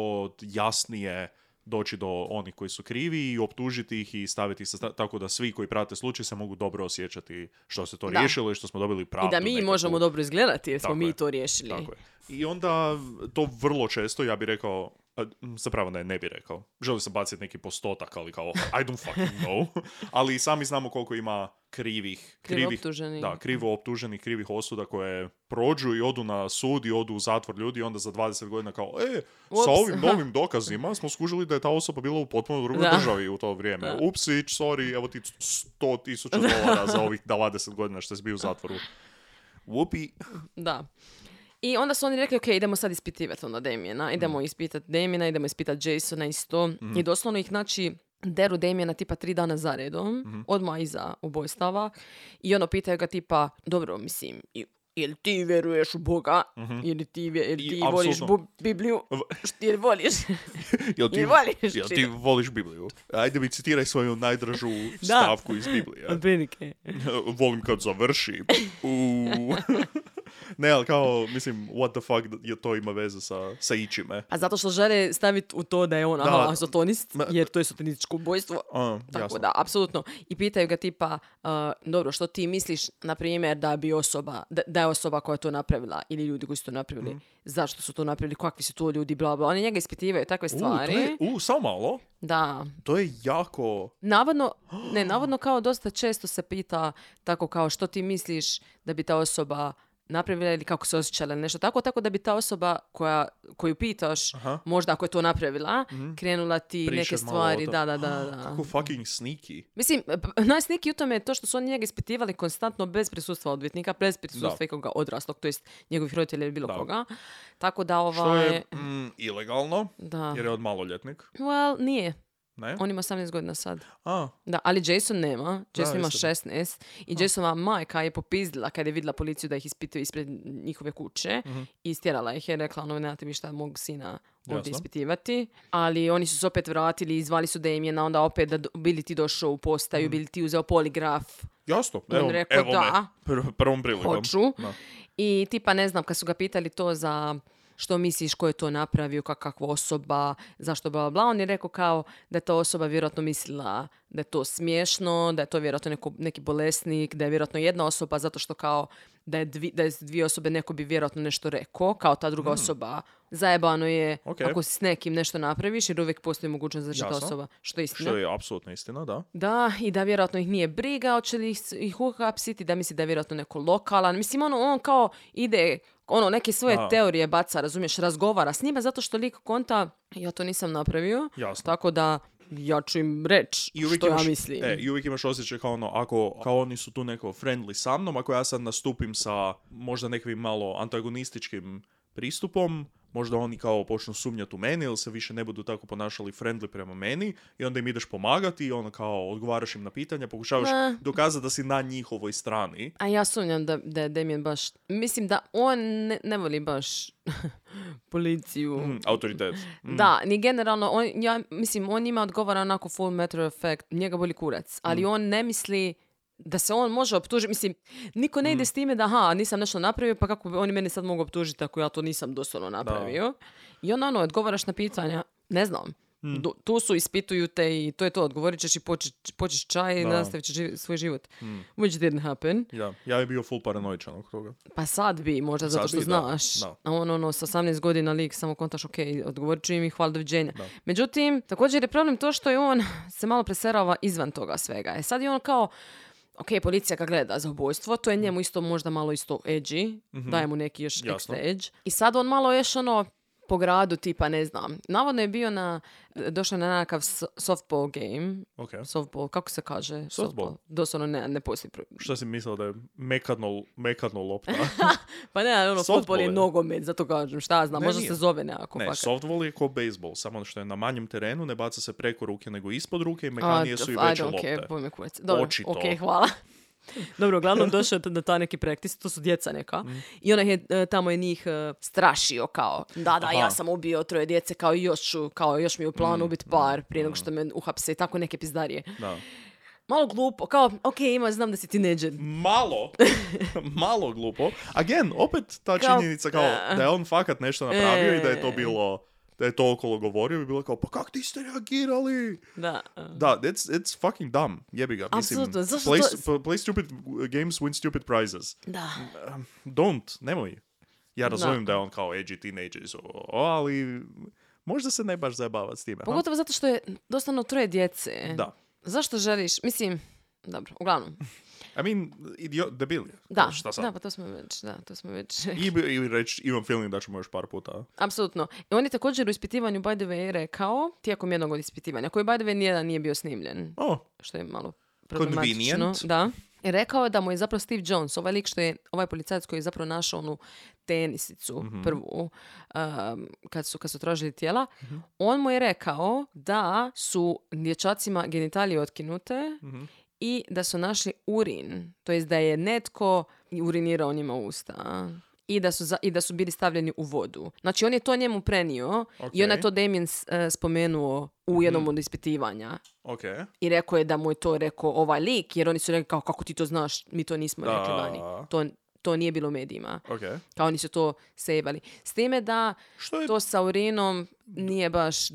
D: jasnije doći do onih koji su krivi i optužiti ih i staviti ih sa sta- tako da svi koji prate slučaj se mogu dobro osjećati što se to
E: Da.
D: riješilo i što smo dobili pravdu.
E: I da mi
D: nekakvu.
E: možemo dobro izgledati jer smo
D: Tako
E: mi
D: je.
E: to riješili.
D: Tako je. I onda to vrlo često, ja bih rekao, a, m, zapravo ne, ne bi rekao. Želi sam baciti neki postotak, ali kao, I don't fucking know. ali i sami znamo koliko ima krivih,
E: Krivo
D: krivih,
E: optuženih.
D: da, krivo optuženih, krivih osuda koje prođu i odu na sud i odu u zatvor ljudi i onda za 20 godina kao, e, sa
E: Ups.
D: ovim novim dokazima smo skužili da je ta osoba bila u potpuno drugoj
E: Da.
D: državi u to vrijeme.
E: Da.
D: Upsić, sorry, evo ti 100 tisuća dolara za ovih 20 godina što si bio u zatvoru. Whoopi.
E: Da. I onda su oni rekli, ok, idemo sad ispitivati onda Damjena,
D: Mm.
E: idemo ispitati Damjena, idemo ispitati Jasona isto.
D: Mm-hmm.
E: I doslovno ih, znači, deru Damjena tipa tri dana za redom,
D: Mm-hmm.
E: odmah iza ubojstava. I ono, pitaju ga tipa, dobro, mislim, i- ili ti vjeruješ u Boga, ili ti, vje- ili
D: Mm-hmm. I
E: ti voliš
D: apsolutno.
E: bu- Bibliju,
D: V-
E: št- ili voliš.
D: Jel ti,
E: Jel voliš
D: jel ti
E: čitat?
D: voliš Bibliju? Ajde mi citiraj svoju najdražu
E: Da.
D: stavku iz Biblije.
E: Otprilike.
D: Volim kad završi. Uuu. ne, ali kao, mislim, what the fuck je to ima veze sa, sa ičime.
E: A zato što žele staviti u to da je on,
D: Da.
E: aha, sotonist,
D: Ma-
E: jer to je sotonističko ubojstvo.
D: A,
E: Tako
D: jasno.
E: da, apsolutno. I pitaju ga tipa, uh, dobro, što ti misliš, na primjer, da bi osoba, da, da je osoba koja je to napravila ili ljudi koji su to napravili,
D: Mhm.
E: zašto su to napravili, kakvi su to ljudi, bla, bla. Oni njega ispitivaju takve
D: U, to
E: stvari.
D: je, u, samo malo.
E: Da.
D: To je jako...
E: Navodno, ne, navodno kao dosta često se pita tako kao što ti misliš da bi ta osoba napravila ili kako se osjećala ili nešto tako, tako da bi ta osoba koja, koju pitaš,
D: Aha.
E: možda ako je to napravila, krenula ti neke
D: Pričat malo o
E: stvari,
D: to-
E: da, da, da, da.
D: Kako fucking sneaky.
E: Mislim, e, p- najsniki u tome je to što su oni njega ispitivali konstantno bez prisustva odvjetnika, bez prisustva
D: Da.
E: ikoga odraslog, to jest njegovih roditelja ili bilo
D: Da.
E: koga. Tako da ovaj...
D: Što je mm, ilegalno,
E: Da.
D: jer je od maloljetnik.
E: Well, nije.
D: Ne?
E: On ima 18 godina sad.
D: A,
E: Da, ali Jason nema.
D: Da,
E: Jason ima
D: isto da.
E: 16. I Jasonova majka je popizdila kada je vidjela policiju da ih ispituje ispred njihove kuće.
D: Mhm.
E: I stjerala ih je, rekla, ono, nemate vi šta mog sina ovdje
D: Jasno.
E: ispitivati. Ali oni su se opet vratili, zvali su Damjena, onda opet da do- bili ti došao u
D: Mhm.
E: postaju, bili ti uzeo poligraf.
D: jasno.
E: On
D: Evo,
E: rekao
D: evo
E: da.
D: me. Pr- prvom prilikom.
E: hoću.
D: Da.
E: I tipa, ne znam, kad su ga pitali to za što misliš, ko je to napravio, kak- kakva osoba, zašto bla, bla, bla, on je rekao kao da je ta osoba vjerojatno mislila da je to smiješno, da je to vjerojatno neko- neki bolesnik, da je vjerojatno jedna osoba zato što kao da je, dvi, da je s dvije osobe neko bi vjerojatno nešto rekao, kao ta druga osoba. Zajebano je
D: Hmm. Ok.
E: ako s nekim nešto napraviš jer uvijek postoji mogućnost da će ta
D: Jasno.
E: osoba, što je istina.
D: Što je apsolutna istina, da.
E: Da, i da vjerojatno ih nije briga, hoće li ih, ih uhapsiti, da misli da je vjerojatno neko lokalan. Mislim, ono, on kao ide ono, neke svoje
D: Da.
E: teorije baca, razumiješ, razgovara s njima zato što lik konta, ja to nisam napravio,
D: Jasno.
E: tako da ja ću im reći
D: I uvijek
E: što
D: imaš,
E: ja mislim.
D: E, I uvijek imaš osjećaj kao ono, ako kao oni su tu neko friendly sa mnom, ako ja sad nastupim sa možda nekim malo antagonističkim pristupom, možda oni kao počnu sumnjati u mene ili se više ne budu tako ponašali friendly prema meni i onda im ideš pomagati i ono kao odgovaraš im na pitanja, pokušavaš
E: Ne.
D: dokazati da si na njihovoj strani.
E: A ja sumnjam da, da je Damien baš... Mislim da on ne, ne voli baš policiju.
D: Mm, autoritet. Mm.
E: Da, ni generalno, on, ja, mislim, on njima odgovara onako full matter of fact, njega boli kurac, ali
D: Mm.
E: on ne misli da se on može optužiti, mislim, niko ne ide
D: Mm.
E: s time da, aha, nisam nešto napravio, pa kako bi oni mene sad mogu optužiti ako ja to nisam doslovno napravio. I onda, ono, odgovaraš na pitanja, ne znam,
D: Mm.
E: Du- tu su, ispituju te i to je to, odgovorit ćeš i poči- počeš čaj i
D: Da. Mm.
E: nastavit ćeš živ- svoj život. Which didn't happen.
D: Da, ja bi bio full paranoičan oko toga.
E: Pa sad bi, možda zato
D: Sad
E: što
D: bi, da,
E: znaš.
D: da.
E: A on ono, sa 18 godina lik samo kontaš, ok, odgovorit ću im i hvala doviđenja. Međutim, također je problem to što je on se malo preserava izvan toga svega. E sad je on kao, ok, policija ga gleda za ubojstvo, to je njemu isto možda malo isto edgy, daje mu neki još
D: Mhm. Jasno.
E: extra edge. I sad on malo još ono, po gradu tipa, ne znam. Navodno je bio na, došao je na nekakav s- softball game,
D: Ok.
E: softball, kako se kaže? Softball.
D: Softball.
E: Doslovno ne, ne postoji. pro-
D: Šta si mislila da je mekadno, mekadno lopta?
E: Pa ne, ali ono,
D: Softball
E: fudbal je
D: je.
E: nogomet, zato kažem, šta ja znam,
D: Ne,
E: možda
D: nije.
E: se zove nekako.
D: Ne,
E: fakat.
D: softball je ko baseball, samo ono što je na manjem terenu, ne baca se preko ruke nego ispod ruke i mekanije
E: A,
D: su i
E: I
D: veće
E: don't care,
D: lopte.
E: boj me kurac. Dobro,
D: Očito.
E: ok, hvala. Dobro, uglavnom došao je na ta neki practice, to su djeca neka.
D: Mm.
E: I ona je e, tamo je njih e, strašio kao, da, da, ja
D: Aha. Mm,
E: sam ubio troje djece, kao i još ću, kao još mi je u planu ubit par prije nego što me uhapse i tako neke pizdarije.
D: Da.
E: Malo glupo, kao, ok, ima, znam da si tineđer.
D: Malo, malo glupo. Again, opet ta
E: Kao- E.
D: činjenica kao da je on fakat nešto napravio i da je to bilo, da je to okolo govorio bi bilo kao, pa kak niste reagirali?
E: Da. e.
D: Da, it's, it's fucking dumb, jebi ga. Mislim,
E: Apsolutno, zašto
D: play,
E: to-
D: stu- play stupid games, win stupid prizes.
E: Da.
D: Don't, nemoj. Ja razumijem da je on kao edgy teenagers, o, o, ali možda se ne baš zabavati s time. ha?
E: Pogotovo zato što je doslovno troje djece.
D: Da.
E: Zašto želiš, mislim, dobro, uglavnom.
D: I mean, idio, debil je.
E: Da,
D: Kao, Šta sad?
E: da, pa to smo već, da, to smo već
D: I, bi- i reći, imam feeling da ćemo još par puta.
E: Apsolutno. I on je također u ispitivanju by the way rekao, tijekom jednog od ispitivanja, koji by the way nijedan nije bio snimljen,
D: O,
E: što je malo problematično.
D: Convenient.
E: Da. I rekao je da mu je zapravo Steve Jones, ovaj lik što je, ovaj policajac koji je zapravo našao onu tenisicu
D: Mhm.
E: prvu, um, kad, su, kad su tražili tijela,
D: Mhm.
E: on mu je rekao da su dječacima genitalije otkinute
D: Mhm.
E: i da su našli urin, to jest da je netko urinirao njima u usta. I da, su za- I da su bili stavljeni u vodu. Znači, on je to njemu prenio i onda je
D: Ok. Mhm.
E: to Damien s- e, spomenuo u jednom od ispitivanja.
D: ok.
E: I rekao je da mu je to rekao ovaj lik, jer oni su rekli kao kako ti to znaš, mi to nismo
D: Da.
E: rekli vani. To, to nije bilo u medijima.
D: Ok.
E: Kao oni su to sejbali. S time da
D: Što je to?
E: to sa urinom nije baš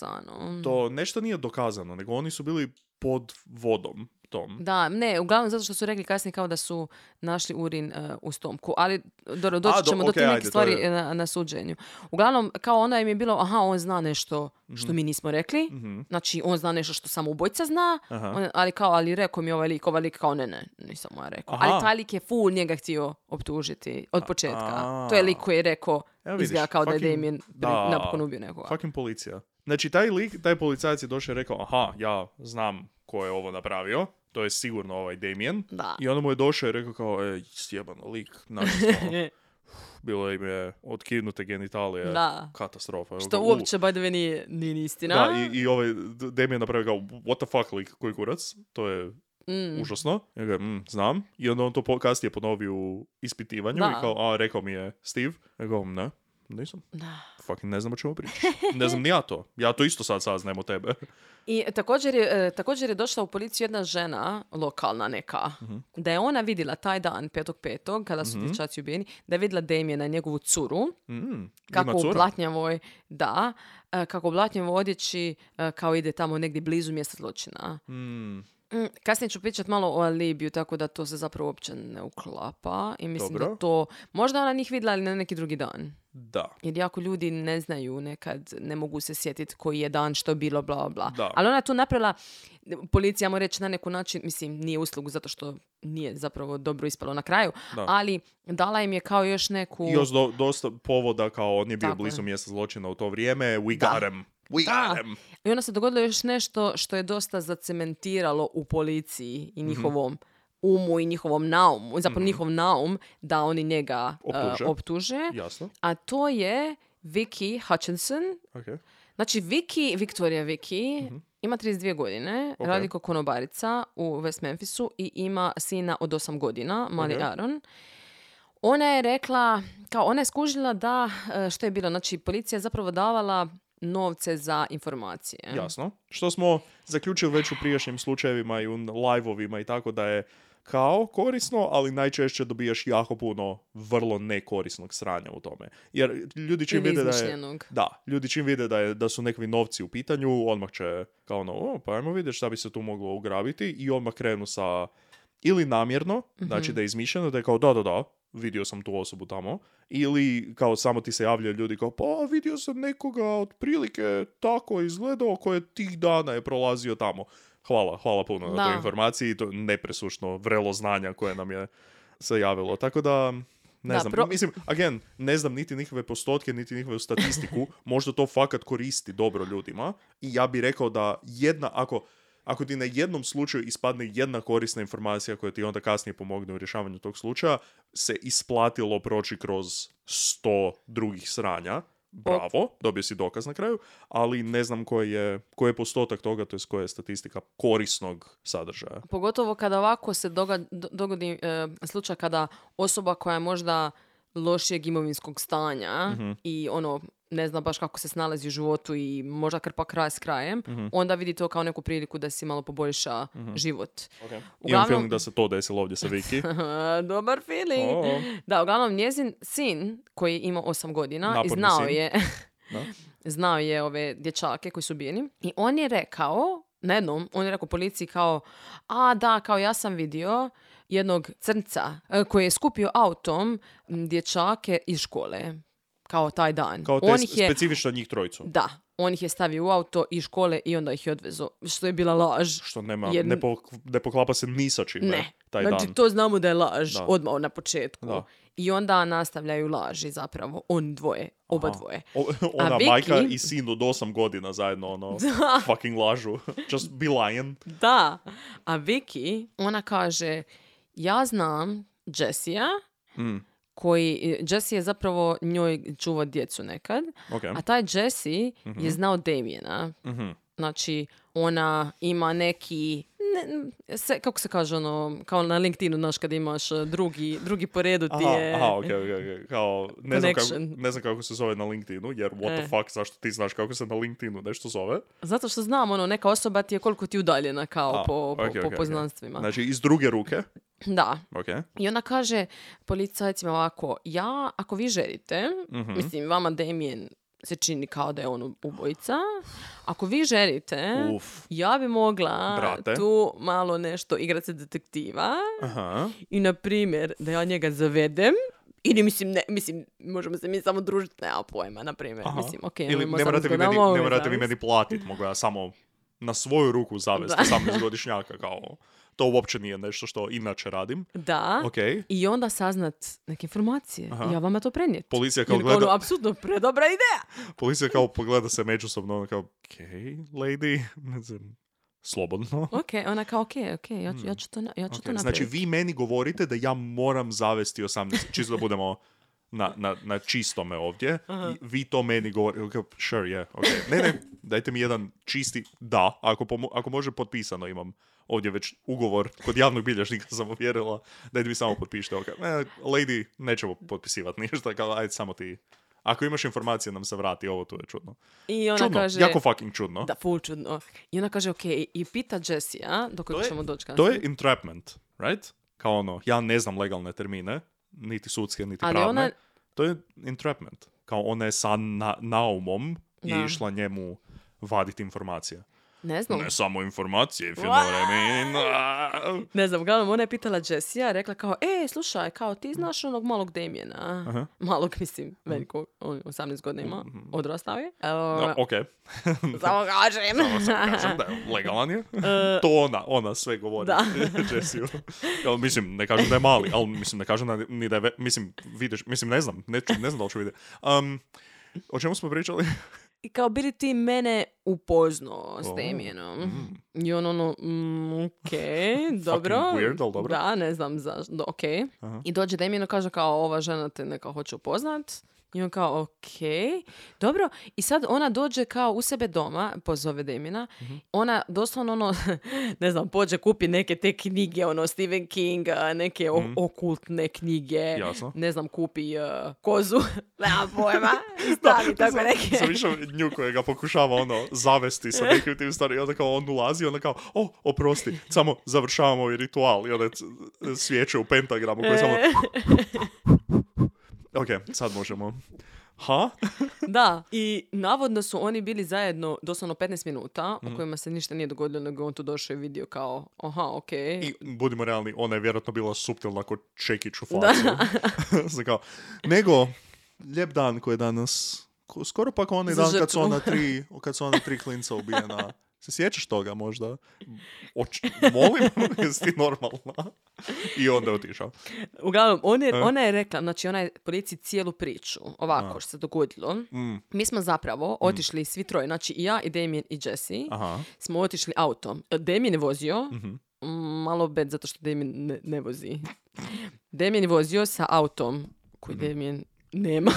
E: dokazano.
D: Nešto nije dokazano, nego oni su bili pod vodom tom.
E: Da, ne, uglavnom zato što su rekli kasnije kao da su našli urin e, u stomku, ali dobro, doći
D: do-
E: ćemo do
D: okej,
E: tih
D: ajde,
E: nekih
D: to
E: stvari
D: je-
E: e, na, na suđenju. Uglavnom, kao onda im je bilo, aha, on zna nešto
D: Mhm.
E: što mi nismo rekli, znači on zna nešto što samo ubojica zna,
D: Aha.
E: on- ali kao, ali rekao mi je ovaj lik, ovaj lik kao, ne, ne, nisam mu ja rekao.
D: Aha.
E: Ali taj lik je full njega htio optužiti od početka.
D: A.
E: To je lik koji je rekao,
D: Evo vidiš,
E: izgleda kao da je
D: fucking-
E: Damien pri-
D: da.
E: napokon ubio nekoga.
D: Fucking policija. Znači, taj lik, taj policajac je došao i rekao, aha, ja znam ko je ovo napravio, to je sigurno ovaj Damien.
E: Da.
D: I onda mu je došao i rekao kao, e, sjebano lik, našli smo. Bilo im je otkinute genitalije.
E: Da.
D: Katastrofa.
E: To
D: U,
E: uopće, by the way, nije, nije istina.
D: Da, i, i ovaj Damien napravi kao, what the fuck, lik, koji kurac, to je
E: Mm.
D: užasno. Ja ga, "Mm, znam. I onda on to po, kasnije ponovi u ispitivanju
E: Da.
D: i kao, a, rekao mi je Steve. Ja ga, ne, nisam.
E: Da.
D: Fucking ne znam o čemu pričaš. Ne znam ni ja to. Ja to isto sad saznajem od tebe.
E: I također je, e, također je došla u policiju jedna žena, lokalna neka, da je ona vidjela taj dan, petog petog, kada su dječaci ubijeni, da je vidjela Damjena, njegovu curu,
D: Mm,
E: kako
D: ima
E: u
D: cura.
E: blatnjavoj, da, e, kako u blatnjavoj odjeći, e, kao ide tamo negdje blizu mjesta zločina.
D: Mm,
E: Mm, Kasnije ću pričat malo o Alibiju, tako da to se zapravo uopće ne uklapa i mislim da
D: Dobro.
E: to, možda ona njih vidjela ali na neki drugi dan.
D: Da.
E: Jer jako ljudi ne znaju nekad, ne mogu se sjetiti koji je dan, što je bilo, bla, bla.
D: Da.
E: Ali ona je tu napravila, policija mu reći na neku način, mislim, nije uslugu zato što nije zapravo dobro ispalo na kraju,
D: Da.
E: ali dala im je kao još neku...
D: I još do- dosta povoda kao on je bio
E: Tako je.
D: blizu mjesta zločina u to vrijeme. We
E: Da.
D: got him. We
E: Da.
D: got him.
E: I onda se dogodilo još nešto što je dosta zacementiralo u policiji
D: Mhm.
E: i njihovom umu i njihovom naumu, zapravo njihov naum da oni njega uh,
D: Optuže.
E: optuže.
D: Jasno.
E: A to je Vicky Hutchinson.
D: Okay.
E: Znači, Vicky, Victoria Vicky, ima 32 godine,
D: Mhm. Ok.
E: radi kao konobarica u West Memphisu i ima sina od 8 godina, mali
D: Ok.
E: Aaron. Ona je rekla, kao ona je skužila da, e, što je bilo, znači policija je zapravo davala novce za informacije.
D: Jasno. Znači, Što smo zaključili već u prijašnjim slučajevima i u live-ovima i tako da je kao korisno, ali najčešće dobijaš jako puno vrlo nekorisnog sranja u tome. Jer ljudi čim
E: Ili
D: vide da je...
E: izmišljenog.
D: Da, ljudi čim vide da, je, da su nekakvi novci u pitanju, odmah će kao ono, o, pa ajmo vidjeti šta bi se tu moglo ugrabiti i odmah krenu sa ili namjerno, znači da je izmišljeno, da je kao da, da, da, vidio sam tu osobu tamo, ili kao samo ti se javljaju ljudi kao pa vidio sam nekoga otprilike tako izgledao koje tih dana je prolazio tamo. Hvala, hvala puno na toj
E: Da.
D: informaciji i to nepresušno vrelo znanja koje nam je se javilo. Tako da, ne
E: Da,
D: znam,
E: pro-
D: mislim, again, ne znam niti njihove postotke, niti njihovu statistiku, možda to fakat koristi dobro ljudima i ja bih rekao da jedna, ako, ako ti na jednom slučaju ispadne jedna korisna informacija koja ti onda kasnije pomogne u rješavanju tog slučaja, se isplatilo proći kroz sto drugih sranja, bravo, dobio si dokaz na kraju, ali ne znam koji je, koji je postotak toga, to jest koja je statistika korisnog sadržaja.
E: Pogotovo kada ovako se doga- do- dogodi e, slučaj kada osoba koja je možda lošijeg imovinskog stanja
D: Mhm.
E: i ono ne zna baš kako se snalazi u životu i možda krpa kraj s krajem,
D: Mhm.
E: onda vidi to kao neku priliku da si malo poboljša život.
D: Imam
E: Uglavnom-
D: feeling da se to desilo ovdje sa Viki.
E: Dobar feeling.
D: O.
E: Da, uglavnom njezin sin koji ima 8 godina i
D: Naporni
E: znao
D: sin.
E: je
D: Da.
E: znao je ove dječake koji su bijeni i on je rekao na jednom, on je rekao policiji kao a da, kao ja sam vidio jednog crnca e, koji je skupio autom m, dječake iz škole kao taj dan.
D: Kao te
E: on ih je,
D: specifično njih trojicu.
E: da, on ih je stavio u auto iz škole i onda ih je odvezo, što je bila laž.
D: Što nema,
E: Jer-
D: ne, pok- ne poklapa se ni sa čime
E: Ne.
D: taj
E: znači,
D: dan.
E: to znamo da je laž
D: Da.
E: odmah na početku.
D: Da.
E: I onda nastavljaju laži zapravo, on dvoje, oba
D: Aha.
E: dvoje.
D: O- ona
E: A Viki-
D: majka i sin od osam godina zajedno ono, fucking lažu. Just be lion.
E: Da, a Vicky, ona kaže, ja znam Jessija,
D: Mm,
E: koji, Jessie je zapravo njoj čuvao djecu nekad,
D: Ok.
E: a taj Jessie
D: Mhm.
E: je znao Damijena. Znači, ona ima neki, ne- se, kako se kaže ono, kao na LinkedInu, znaš, kad imaš eh, drugi, drugi po redu ti
D: Aha,
E: je...
D: aha, ok, ok, ok. Kao, ne, znam kako,
E: Connection.
D: ne znam kako se zove na LinkedInu, jer what the
E: E.
D: fuck, zašto ti znaš kako se na LinkedInu nešto zove?
E: Zato što znam, ono, neka osoba ti je koliko ti je udaljena kao
D: A,
E: po, po,
D: ok, ok,
E: po
D: ok.
E: poznanstvima.
D: Znači, iz druge ruke.
E: Da.
D: Ok.
E: I ona kaže policajcima ovako, ja, ako vi želite,
D: Mhm.
E: mislim, vama Damien se čini kao da je on ubojica, ako vi želite,
D: Uf.
E: ja bi mogla
D: Brate.
E: tu malo nešto igrat se detektiva
D: Aha.
E: i, na primjer, da ja njega zavedem, ili mislim, ne, mislim, možemo se mi samo družiti, nema pojma, na primjer.
D: Aha.
E: Mislim, ono, ok,
D: Ili ne morate, vi meni,
E: ovaj
D: ne morate vi meni platit, mogu ja samo na svoju ruku zavesti
E: Da.
D: 18-godišnjaka kao... To uopće nije nešto što inače radim.
E: Da.
D: Ok.
E: I onda saznat neke informacije.
D: Aha.
E: I ja vama to prenijeti.
D: Policija kao
E: Jer
D: gleda,
E: ono, apsolutno predobra ideja.
D: policija kao pogleda se međusobno, ona kao, ok, lady, ne znam, slobodno.
E: Ok, ona kao, ok, ok, ja ću, ja ću to, na- ja ću to
D: Ok, Znači,
E: napraviti.
D: vi meni govorite da ja moram zavesti 18, čisto da budemo na, na, na čistome ovdje. I Vi to meni govorite, ok, sure, yeah, ok. Ne, ne, dajte mi jedan čisti da, ako, pomo- ako može potpisano imam ovdje već ugovor, kod javnog bilježnika sam ovjerila, dajte mi samo potpišite, ok. Ne, lady, nećemo potpisivati ništa, kao, ajde samo ti. Ako imaš informacije, nam se vrati, ovo tu je čudno.
E: I ona
D: čudno,
E: kaže,
D: jako fucking čudno.
E: da, full čudno. I ona kaže, ok, i pita Jessie-a, do kojeg
D: je-
E: ćemo doći kasnije.
D: To je entrapment, right? Kao ono, ja ne znam legalne termine, niti sudske, niti
E: Ali
D: pravne.
E: ona-
D: To je entrapment. Kao ona je sa na, naumom i
E: Da.
D: išla njemu vaditi informacije.
E: Ne znam.
D: Ne samo informacije, if you
E: Wow.
D: know what I mean. Ah.
E: Ne znam, uglavnom ona je pitala Jessija, rekla kao, e, slušaj, kao ti znaš onog malog Damjena.
D: Mhm. Aha. Mhm.
E: Malog, mislim, velikog, on 18 godina ima, odrastao je. E,
D: No, ok.
E: Samo kažem.
D: Kažem da je legalan je. to ona, ona sve govori.
E: E, Da.
D: Jessiju. Jel, mislim, ne kažem da je mali, ali mislim, ne kažem da ni da je, ve- mislim, vidiš, mislim, ne znam, ne, ne znam da li ću vidjeti. Um, o čemu smo pričali?
E: I kao bili ti mene upoznao s
D: O,
E: Damjenom. I on ono, mm, ok, dobro.
D: weird, ali dobro.
E: Da, ne znam zašto, do- ok.
D: Aha.
E: I dođe Damjen i kaže kao, ova žena te neka hoće upoznat. I on kao, ok, dobro. I sad ona dođe kao u sebe doma, pozove Demina.
D: Mhm.
E: Ona doslovno ono, ne znam, pođe kupi neke te knjige, ono Stephen King, neke o- okultne knjige.
D: Mhm. Jasno.
E: Ne znam, kupi eh, kozu, nemam pojma, stavi tako neke.
D: Sam išao nju koja ga pokušava ono zavesti sa nekim tim stvarima i onda kao on ulazi i onda kao, o, oprosti, samo završavamo ovaj ritual i onda c- svijeće u pentagramu koje samo... Ok, sad možemo. Ha?
E: Da, i navodno su oni bili zajedno doslovno 15 minuta, u kojima se ništa nije dogodilo, nego je on tu došao i vidio kao, aha, okej.
D: I budimo realni, ona je vjerojatno bila suptilna ko čekić u facu. Sam kao, nego, lijep dan koji je danas, ko- skoro pa kao onaj
E: Za
D: dan kad su
E: žrtvu.
D: ona tri, kad su ona tri klinca ubijena. Se sjećaš toga možda? Oč, molim, jesi ti normalna? I onda je otišao.
E: Uglavnom, on je, ona je rekla, znači ona je policiji cijelu priču, ovako što se dogodilo.
D: Mm,
E: Mi smo zapravo otišli svi troje, znači i ja, i Damien, i Jesse,
D: Aha.
E: smo otišli autom. E, Damien je vozio, mm, malo bed zato što Damien ne, ne vozi. Damien je vozio sa autom, koji Damien nema.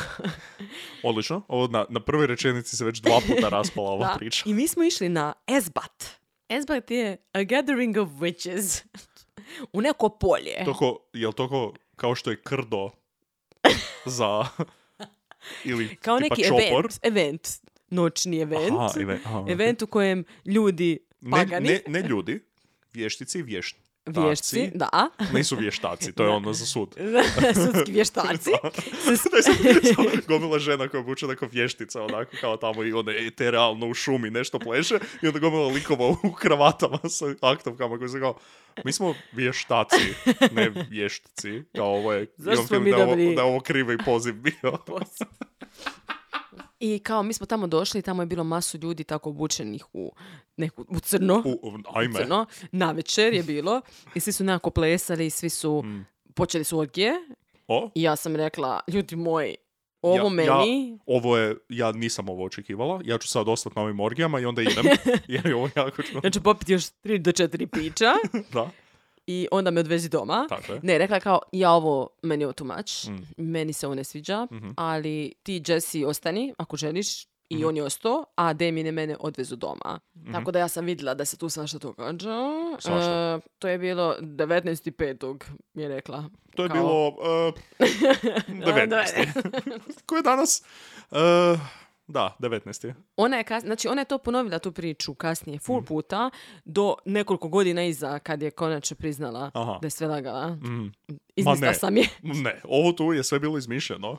D: Odlično. Ovo na, na prvoj rečenici se već dva puta raspala ova
E: Da.
D: priča.
E: I mi smo išli na Esbat. Esbat je a gathering of witches. U neko polje.
D: Toko, jel toko kao što je krdo za... Ili
E: Kao
D: tipa
E: neki
D: čopor?
E: event. Event. Noćni event.
D: Aha, event, aha, ok.
E: Event u kojem ljudi
D: Ne,
E: pagani,
D: ne, ne ljudi, vještici i vještaci.
E: vješci, da,
D: Nisu vještaci, to je ono za sud.
E: sudski vještaci, se
D: Da je sad gomila žena koja je obučena kao vještica, onako kao tamo i onda je te realno u šumi nešto pleše i onda gomila likova u kravatama sa aktovkama koji se kao, mi smo vještaci, ne vještici, kao ovo je,
E: Zašto
D: imam
E: smo
D: film
E: mi
D: da, je ovo,
E: dobri?
D: da je ovo krivi poziv bio.
E: Boss. I kao mi smo tamo došli i tamo je bilo masu ljudi tako obučenih u, neku, u crno.
D: U, ajme,
E: crno. Na večer je bilo i svi su nekako plesali i svi su
D: Mm.
E: počeli su orgije.
D: o,
E: I ja sam rekla, ljudi moji, ovo meni...
D: Ja, ovo je, ja nisam ovo očekivala, ja ću sad ostati na ovim orgijama i onda idem, jer je ovo jako čudno.
E: Ja ću popiti Znači, još 3 do 4 pića
D: Da,
E: i onda me odvezi doma.
D: tako Mhm. je.
E: Ne, rekla je kao, ja ovo, meni je ovo too much, meni se ovo ne sviđa,
D: Mhm.
E: ali ti Jesse ostani ako želiš i on je ostao, a Damien je mene odvezu doma.
D: Mhm.
E: Tako da ja sam vidjela da se tu svašta događa.
D: Svašta.
E: E, to je bilo 19.5. je rekla.
D: To je
E: Kao-
D: bilo uh, 19. Koje je danas? Uh, da, 19. je.
E: Ona je, kas... znači, ona je to ponovila tu priču kasnije, full
D: Mhm.
E: puta, do nekoliko godina iza kad je konačno priznala
D: Aha.
E: da je sve lagala.
D: Mm.
E: Izmislila
D: ne.
E: sam je.
D: Ne, ovo tu je sve bilo izmišljeno.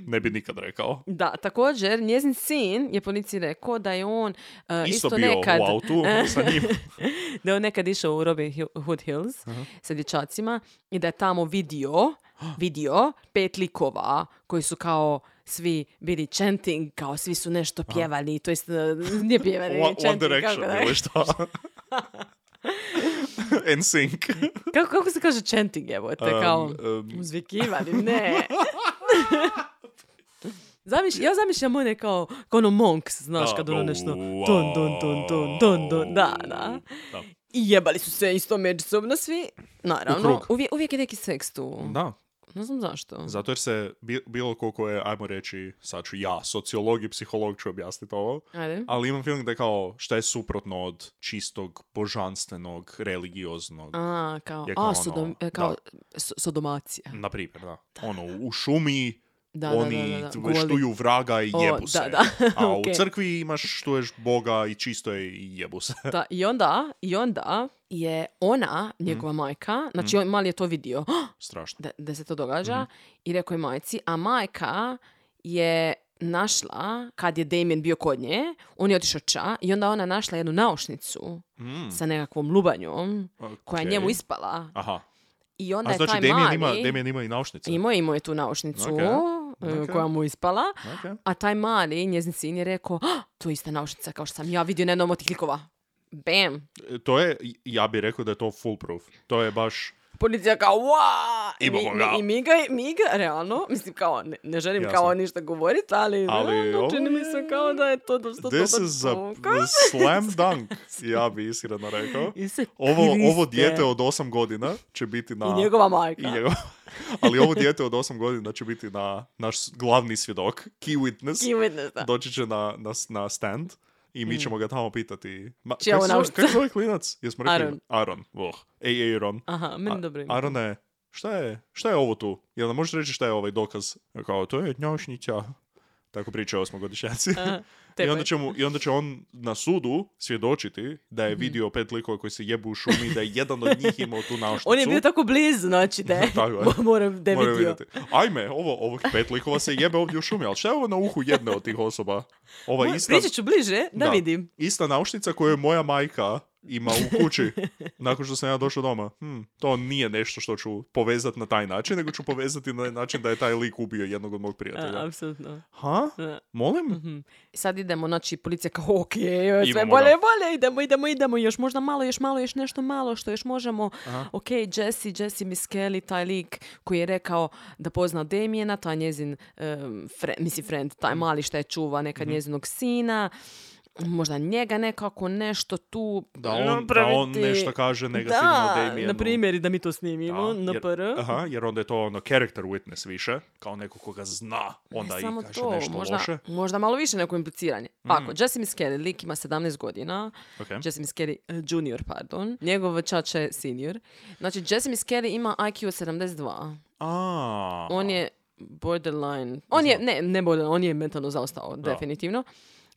D: Ne bi nikad rekao.
E: Da, također, njezin sin je policiji rekao da je on e,
D: Isto,
E: isto,
D: bio
E: nekad,
D: u autu sa njim.
E: da je on nekad išao u Robin Hill- Hood Hills sa dječacima i da je tamo vidio, vidio pet likova koji su kao svi bili chanting, kao svi su nešto pjevali, to jest e, nije pjevali,
D: One, one
E: chanting,
D: Direction
E: kako, da-
D: ili šta. NSYNC.
E: kako, kako se kaže chanting, evo te, kao
D: Um, um,
E: uzvikivali, ne. Zamiš, ja zamišljam one kao, kao ono monks, znaš,
D: da,
E: kad ono nešto
D: wow.
E: ton, ton, ton, ton, ton, ton, da, da.
D: Da.
E: I jebali su se isto međusobno svi.
D: U
E: Naravno,
D: krug.
E: uvijek, uvijek je neki seks tu.
D: Da,
E: Ne znam zašto.
D: zato jer se bi- bilo koliko je, ajmo reći, sad ću ja, sociolog i psiholog ću objasniti ovo,
E: Ajde.
D: ali imam feeling da je kao šta je suprotno od čistog, božanstvenog, religioznog,
E: A, kao,
D: Je kao
E: a,
D: ono,
E: sodom, e, kao so- sodomacija.
D: na primjer, da. Ono, u šumi
E: Da, da,
D: oni
E: da, da, da,
D: t-
E: goli.
D: štuju vraga i
E: O,
D: jebu
E: da,
D: se.
E: da,
D: A u
E: okej.
D: crkvi imaš štuješ Boga i čisto je i jebu se.
E: Da, i onda, i onda je ona,
D: Mhm.
E: njegova majka, znači on mali je to vidio,
D: Strašno. Mhm.
E: da, da se to događa, i rekao je majci, a majka je našla, kad je Damien bio kod nje, on je otišao ča i onda ona našla jednu naušnicu
D: Mhm.
E: sa nekakvom lubanjom Mm, koja je
D: Okej.
E: njemu ispala.
D: Aha.
E: I onda
D: A
E: je
D: znači
E: taj
D: Damien
E: mali...
D: ima, Damien ima i naušnice.
E: Imao je, imao je tu naušnicu
D: Ok,
E: e,
D: ok.
E: koja mu je ispala.
D: Ok.
E: A taj mali, njezin sin je rekao, "Ah, to je ista naušnica kao što sam ja vidio na jednom od tih likova. Bam!
D: E, To je, ja bih rekao da je to foolproof. To je baš...
E: Policija kao, "Wa!" I,
D: Imamo
E: mi-
D: ga.
E: i mi ga, mi ga, realno, mislim kao, ne, ne želim
D: Jasno.
E: kao ništa govoriti, ali,
D: Ali
E: realno,
D: ovo
E: čini mi
D: je-
E: se kao da je to dosta
D: This
E: dobar
D: is a
E: pomak.
D: a slam dunk, ja bi iskreno rekao.
E: Isuse
D: Ovo, ovo
E: Kriste.
D: dijete od 8 godina će biti na...
E: I njegova majka.
D: i njegov- Ali ovo dijete od 8 godina će biti na naš glavni svjedok, key witness.
E: I witness, da. Mm.
D: Doći će na, na, na stand i mi ćemo ga tamo pitati. Ma,
E: Čija
D: kako
E: je
D: se zove-
E: naušnica?
D: kako se zove klinac? Jesmo rekli?
E: Aaron.
D: Aaron. Oh. Ej, Aaron.
E: Aha, meni
D: A-
E: dobro ime.
D: Arone, šta je, šta je ovo tu? Jel nam možeš reći šta je ovaj dokaz? Kao, to je njošnica. Tako pričaju osmogodišnjaci.
E: Aha,
D: I,
E: tebe.
D: onda će mu, I onda će on na sudu svjedočiti da
E: Mhm.
D: je vidio pet likova koji se jebu u šumi, da je jedan od njih imao tu naušnicu.
E: On je bio tako blizu, znači da je,
D: Tako je.
E: moram da je
D: Moram
E: vidio.
D: vidjeti. Ajme, ovo, ovih pet likova se jebe ovdje u šumi, ali šta je ovo na uhu jedne od tih osoba? Ova
E: Moj-
D: ista,
E: Pričat ću bliže, da,
D: Da.
E: vidim.
D: ista naušnica koju je moja majka ima u kući nakon što sam ja došao doma. Hm, to nije nešto što ću povezati na taj način, nego ću povezati na način da je taj lik ubio jednog od mog
E: A, Mhm.
D: prijatelja.
E: Apsolutno.
D: Ha?
E: Da.
D: Molim?
E: Sad idemo, znači, policija kao, ok, sve
D: Imamo
E: bolje,
D: ga.
E: bolje, idemo, idemo, idemo, još možda malo, još malo, još nešto malo, što još možemo. Ok, Jesse, Jesse Miskeli, taj lik koji je rekao da pozna Damijena, taj njezin, em, fre- mislim, friend, taj mali što je čuva nekad
D: Mhm.
E: njezinog sina, možda njega nekako nešto tu
D: Da on, da on
E: napraviti.
D: nešto kaže negativno
E: da,
D: Damienu.
E: na primjer, i da mi to snimimo,
D: Da,
E: na
D: jer,
E: pr.
D: aha, jer onda je to ono character witness više, kao neko koga zna, onda i
E: Ne E, samo
D: kaže
E: to,
D: nešto
E: možda,
D: loše. Mm.
E: možda malo više neko impliciranje. Ovako, Jesse Miskelly, lik ima 17 godina,
D: Ok.
E: Jesse Miskelly eh, junior, pardon, njegov čače je senior. Znači, Jesse Miskelly ima IQ od 72.
D: A,
E: On e, je borderline, on je, ne, ne borderline, on je mentalno zaostao, definitivno.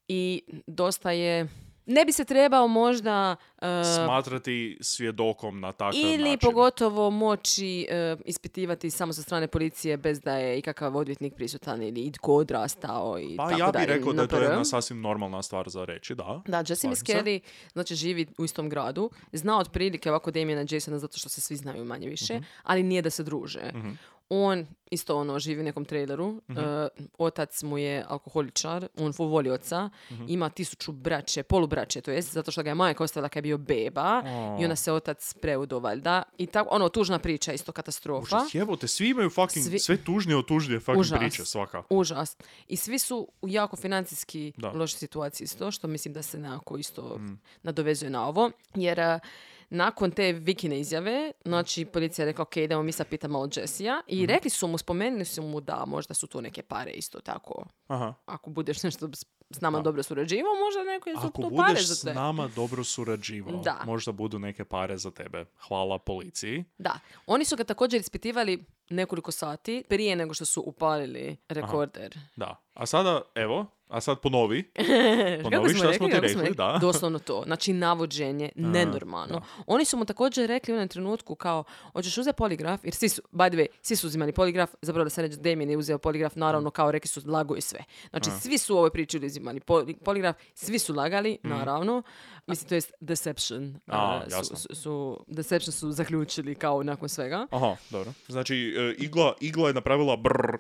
E: I dosta je, ne bi se trebao možda... eh,
D: smatrati svjedokom na takav
E: ili
D: način.
E: pogotovo moći eh, ispitivati samo sa strane policije bez da je ikakav odvjetnik prisutan ili tko odrastao i
D: Pa
E: tako
D: ja bih
E: dalje,
D: rekao da je to
E: NPR.
D: jedna sasvim normalna stvar za reći, da.
E: Da, Jesse
D: Slažem se.
E: Miskelly, znači živi u istom gradu, zna otprilike ovako Damiena Jasona zato što se svi znaju manje više,
D: Mhm.
E: ali nije da se druže. On isto ono živi u nekom traileru,
D: Mhm.
E: e, otac mu je alkoholičar, on full voli oca,
D: Mhm.
E: ima tisuću braće, polubraće, to jest, zato što ga je majka ostavila kad je bio beba
D: A.
E: i onda se otac preudo valjda. I tako, ono, tužna priča, isto katastrofa.
D: Užas, jevo te, svi imaju fucking,
E: Svi-
D: sve tužnije od tužnije fucking
E: Užas.
D: priče svaka.
E: Užas. I svi su u jako financijski
D: Da. Mm.
E: lošoj situaciji isto, što mislim da se nekako isto nadovezuje na ovo. Jer e, nakon te vikine izjave, znači policija je rekla, ok, idemo mi sad pitamo malo Jessija. I
D: Mhm.
E: rekli su mu, spomenuli su mu da možda su tu neke pare isto tako.
D: Aha.
E: Ako budeš nešto s, s nama dobro surađivao, možda neke su
D: Ako
E: tu pare
D: budeš
E: za
D: s
E: te.
D: nama dobro surađivao,
E: Da.
D: možda budu neke pare za tebe. Hvala policiji.
E: Da. Oni su ga također ispitivali nekoliko sati prije nego što su upalili rekorder.
D: Da. A sada, evo, a sad ponovi.
E: Kako
D: Ponovi
E: smo
D: šta
E: rekli,
D: smo ti
E: kako
D: rekli,
E: smo rekli,
D: da.
E: doslovno to. Znači, navođenje, nenormalno. Oni su mu također rekli u jednom trenutku kao, hoćeš uzeti poligraf, jer svi su, by the way, svi su uzimali poligraf, zapravo da se reći Damien je uzeo poligraf, naravno, kao rekli su, lago i sve. Znači, svi su u ovoj priči uzimali poli- poligraf, svi su lagali, naravno. Mislim, to jest deception.
D: Mhm. A,
E: eh, su-
D: jasno.
E: su, su- deception su zaključili kao nakon svega.
D: Aha, dobro. Znači, e, igla, igla je napravila brr.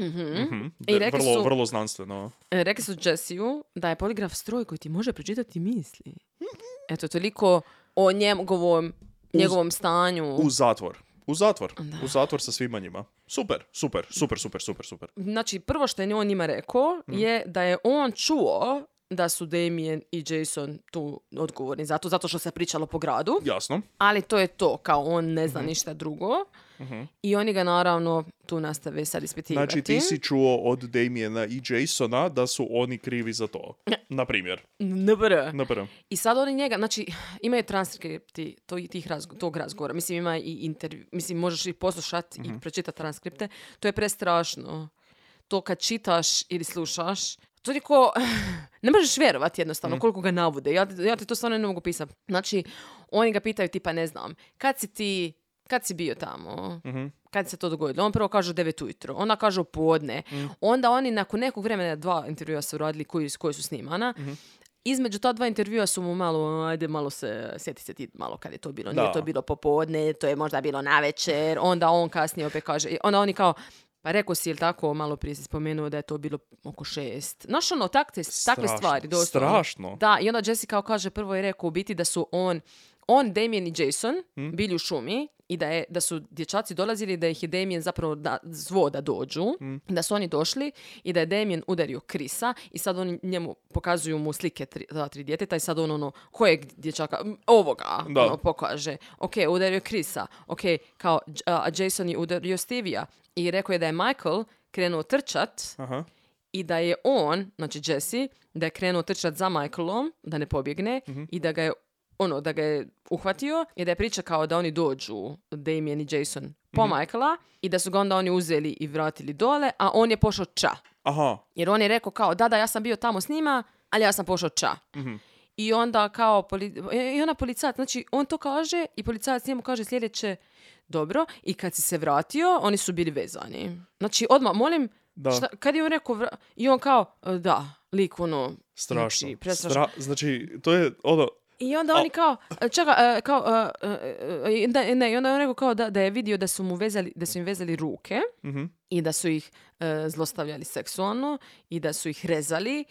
D: Mhm.
E: I
D: De-
E: rekli
D: vrlo,
E: su-
D: vrlo znanstveno.
E: E, Rekli su Jessiju da je poligraf stroj koji ti može pročitati misli.
D: Mhm.
E: Eto, toliko o njegovom, njegovom stanju.
D: U zatvor. U zatvor. U zatvor sa svima njima. Super, super, super, super, super, super.
E: Znači, prvo što je on njima rekao
D: Mhm.
E: je da je on čuo da su Damien i Jason tu odgovorni za to, zato što se pričalo po gradu,
D: Jasno.
E: ali to je to, kao on ne
D: Mhm.
E: zna ništa drugo. I oni ga naravno tu nastave sad ispitivati.
D: Znači, ti si čuo od Damiena i Jasona da su oni krivi za to. Na primjer.
E: NBR.
D: Na prvom.
E: I sad oni njega, znači, imaju transkripti to, tih razgo- tog razgovora. Mislim, ima i intervju. Mislim, možeš i poslušati i pročitati transkripte. To je prestrašno. To kad čitaš ili slušaš, toliko... Ne možeš vjerovati jednostavno koliko ga navode. Ja, ja ti to stvarno ne mogu pisati.
D: Mhm,
E: Znači, oni ga pitaju tipa, ne znam, kad si ti, kad si bio tamo? kad se to dogodilo? On prvo kaže u 9 ujutro, onda kaže u podne.
D: Mhm.
E: Onda oni nakon nekog vremena, dva intervjua su radili koji, koji su snimana,
D: Mhm.
E: Između ta dva intervjua su mu malo, ajde malo se, sjeti se ti malo kad je to bilo.
D: Da.
E: Nije to bilo popodne, to je možda bilo na večer. Onda on kasnije opet kaže, onda oni kao, pa rekao si, jel tako, malo prije si spomenuo da je to bilo oko šest. Znaš ono, takte, takve
D: Strašno.
E: stvari. doslovno.
D: Strašno.
E: Da, i onda Jesse kao kaže, prvo je rekao u biti da su on, on, Damien i Jason
D: Hm?
E: bili u šumi i da, je, da su dječaci dolazili da ih je Damien zapravo da, zvo da dođu,
D: Hm.
E: da su oni došli i da je Damien udario Krisa i sad oni njemu pokazuju mu slike tri, ta tri djeteta i sad on ono, kojeg dječaka, M, ovoga,
D: Da.
E: ono, pokaže. Ok, udario je Krisa, ok, kao, J- a Jason je udario Stevia i rekao je da je Michael krenuo trčat
D: Aha.
E: i da je on, znači Jesse, da je krenuo trčat za Michaelom, da ne pobjegne, i da ga je ono, da ga je uhvatio i da je priča kao da oni dođu, Damien i Jason, po Michaela i da su ga onda oni uzeli i vratili dole, a on je pošao ča.
D: Aha.
E: Jer on je rekao kao, da, da, ja sam bio tamo s njima, ali ja sam pošao ča. I onda kao, poli- e, i ona policajac, znači on to kaže i policajac njemu kaže sljedeće, dobro, i kad si se vratio, oni su bili vezani. Znači, odmah, molim,
D: Da.
E: šta, kad je on rekao, vra- i on kao, "E, da, lik ono,
D: Strašno.
E: znači,
D: Znači,
E: prestrašno.
D: znači, to je ono...
E: I onda oni kao, e, čeka, e, kao, e, e, e, ne, ne, i onda je on rekao kao da, da je vidio da su mu vezali, da su im vezali ruke
D: Mhm.
E: i da su ih e, zlostavljali seksualno i da su ih rezali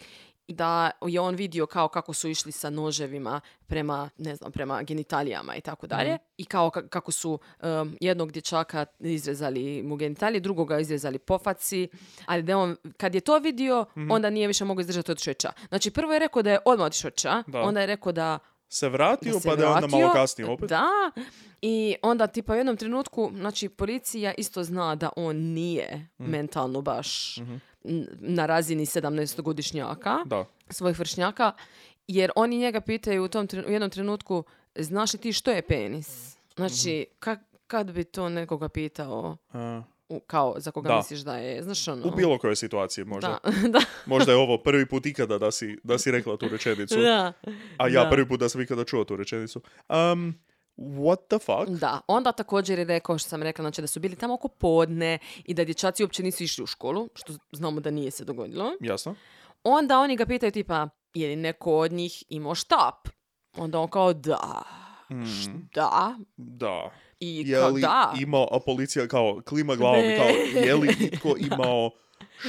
E: i da je on vidio kao kako su išli sa noževima prema, ne znam, prema genitalijama i tako dalje. I kao ka- kako su em, jednog dječaka izrezali mu genitalije, drugoga izrezali po faci, ali da je on, kad je to vidio, onda nije više mogao izdržati od šeća. Znači, prvo je rekao da je odmah od šeća,
D: Da.
E: onda je rekao da
D: Se vratio,
E: da se
D: pa da je onda malo
E: vratio,
D: kasnije opet.
E: Da, i onda tipa u jednom trenutku, znači policija isto zna da on nije
D: Mhm.
E: mentalno baš n- na razini 17-godišnjaka,
D: Da.
E: svojih vršnjaka, jer oni njega pitaju u, tom, tre- u jednom trenutku, znaš li ti što je penis?
D: Mhm.
E: Znači, ka- kad bi to nekoga pitao,
D: A,
E: u- kao za koga
D: Da.
E: misliš da je, znaš ono?
D: u bilo kojoj situaciji možda.
E: da, da,
D: Možda je ovo prvi put ikada da si, da si rekla tu rečenicu.
E: da.
D: A ja
E: Da.
D: prvi put da sam ikada čuo tu rečenicu. Um, what the fuck?
E: Da, onda također je rekao što sam rekla, znači da su bili tamo oko podne i da dječaci uopće nisu išli u školu, što znamo da nije se dogodilo.
D: Jasno.
E: Onda oni ga pitaju tipa, je li neko od njih imao štap? Onda on kao da,
D: Mm,
E: da,
D: da.
E: i
D: Je
E: kao
D: li
E: da.
D: imao, a policija kao klima glavom i
E: Ne.
D: kao, je li itko imao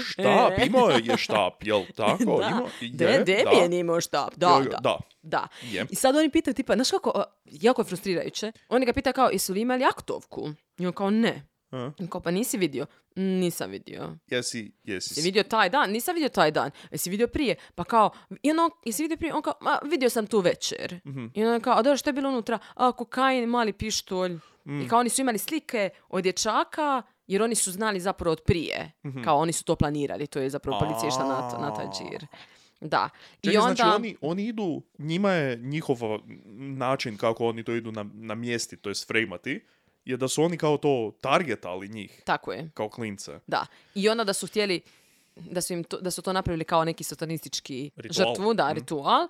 D: štap?
E: Ne.
D: Imao je štap, jel tako?
E: Da.
D: Imao,
E: Da
D: je,
E: je Damien
D: da.
E: imao štap, da,
D: Jo, jo,
E: da,
D: da.
E: da.
D: Je.
E: I sad oni pitaju tipa, znaš kako, a, jako je frustrirajuće, oni ga pita kao, jesu li imali aktovku? I on kao, ne.
D: A,
E: I on kao, pa nisi vidio? Nisam vidio.
D: Jesi, jesi.
E: Jesi vidio taj dan? Nisam vidio taj dan. Jesi vidio prije? Pa kao, i ono, jesi vidio prije? On kao, ma, vidio sam tu večer.
D: Mhm.
E: I ono kao, a dobro, što je bilo unutra? A, kokain, mali pištolj.
D: Mm.
E: I kao, oni su imali slike od dječaka, jer oni su znali zapravo od prije.
D: Mhm.
E: Kao, oni su to planirali, to je zapravo policija išla na, to- na taj džir. Da.
D: Čekaj,
E: I onda...
D: znači oni, oni idu, njima je njihov način kako oni to idu na, namjestiti, to jest frejmati, je da su oni kao to targetali njih,
E: Tako je.
D: kao klince.
E: Da. I onda da su htjeli da su, im to, da su to napravili kao neki satanistički
D: Ritual. Mhm.
E: žrtvu, da, ritual,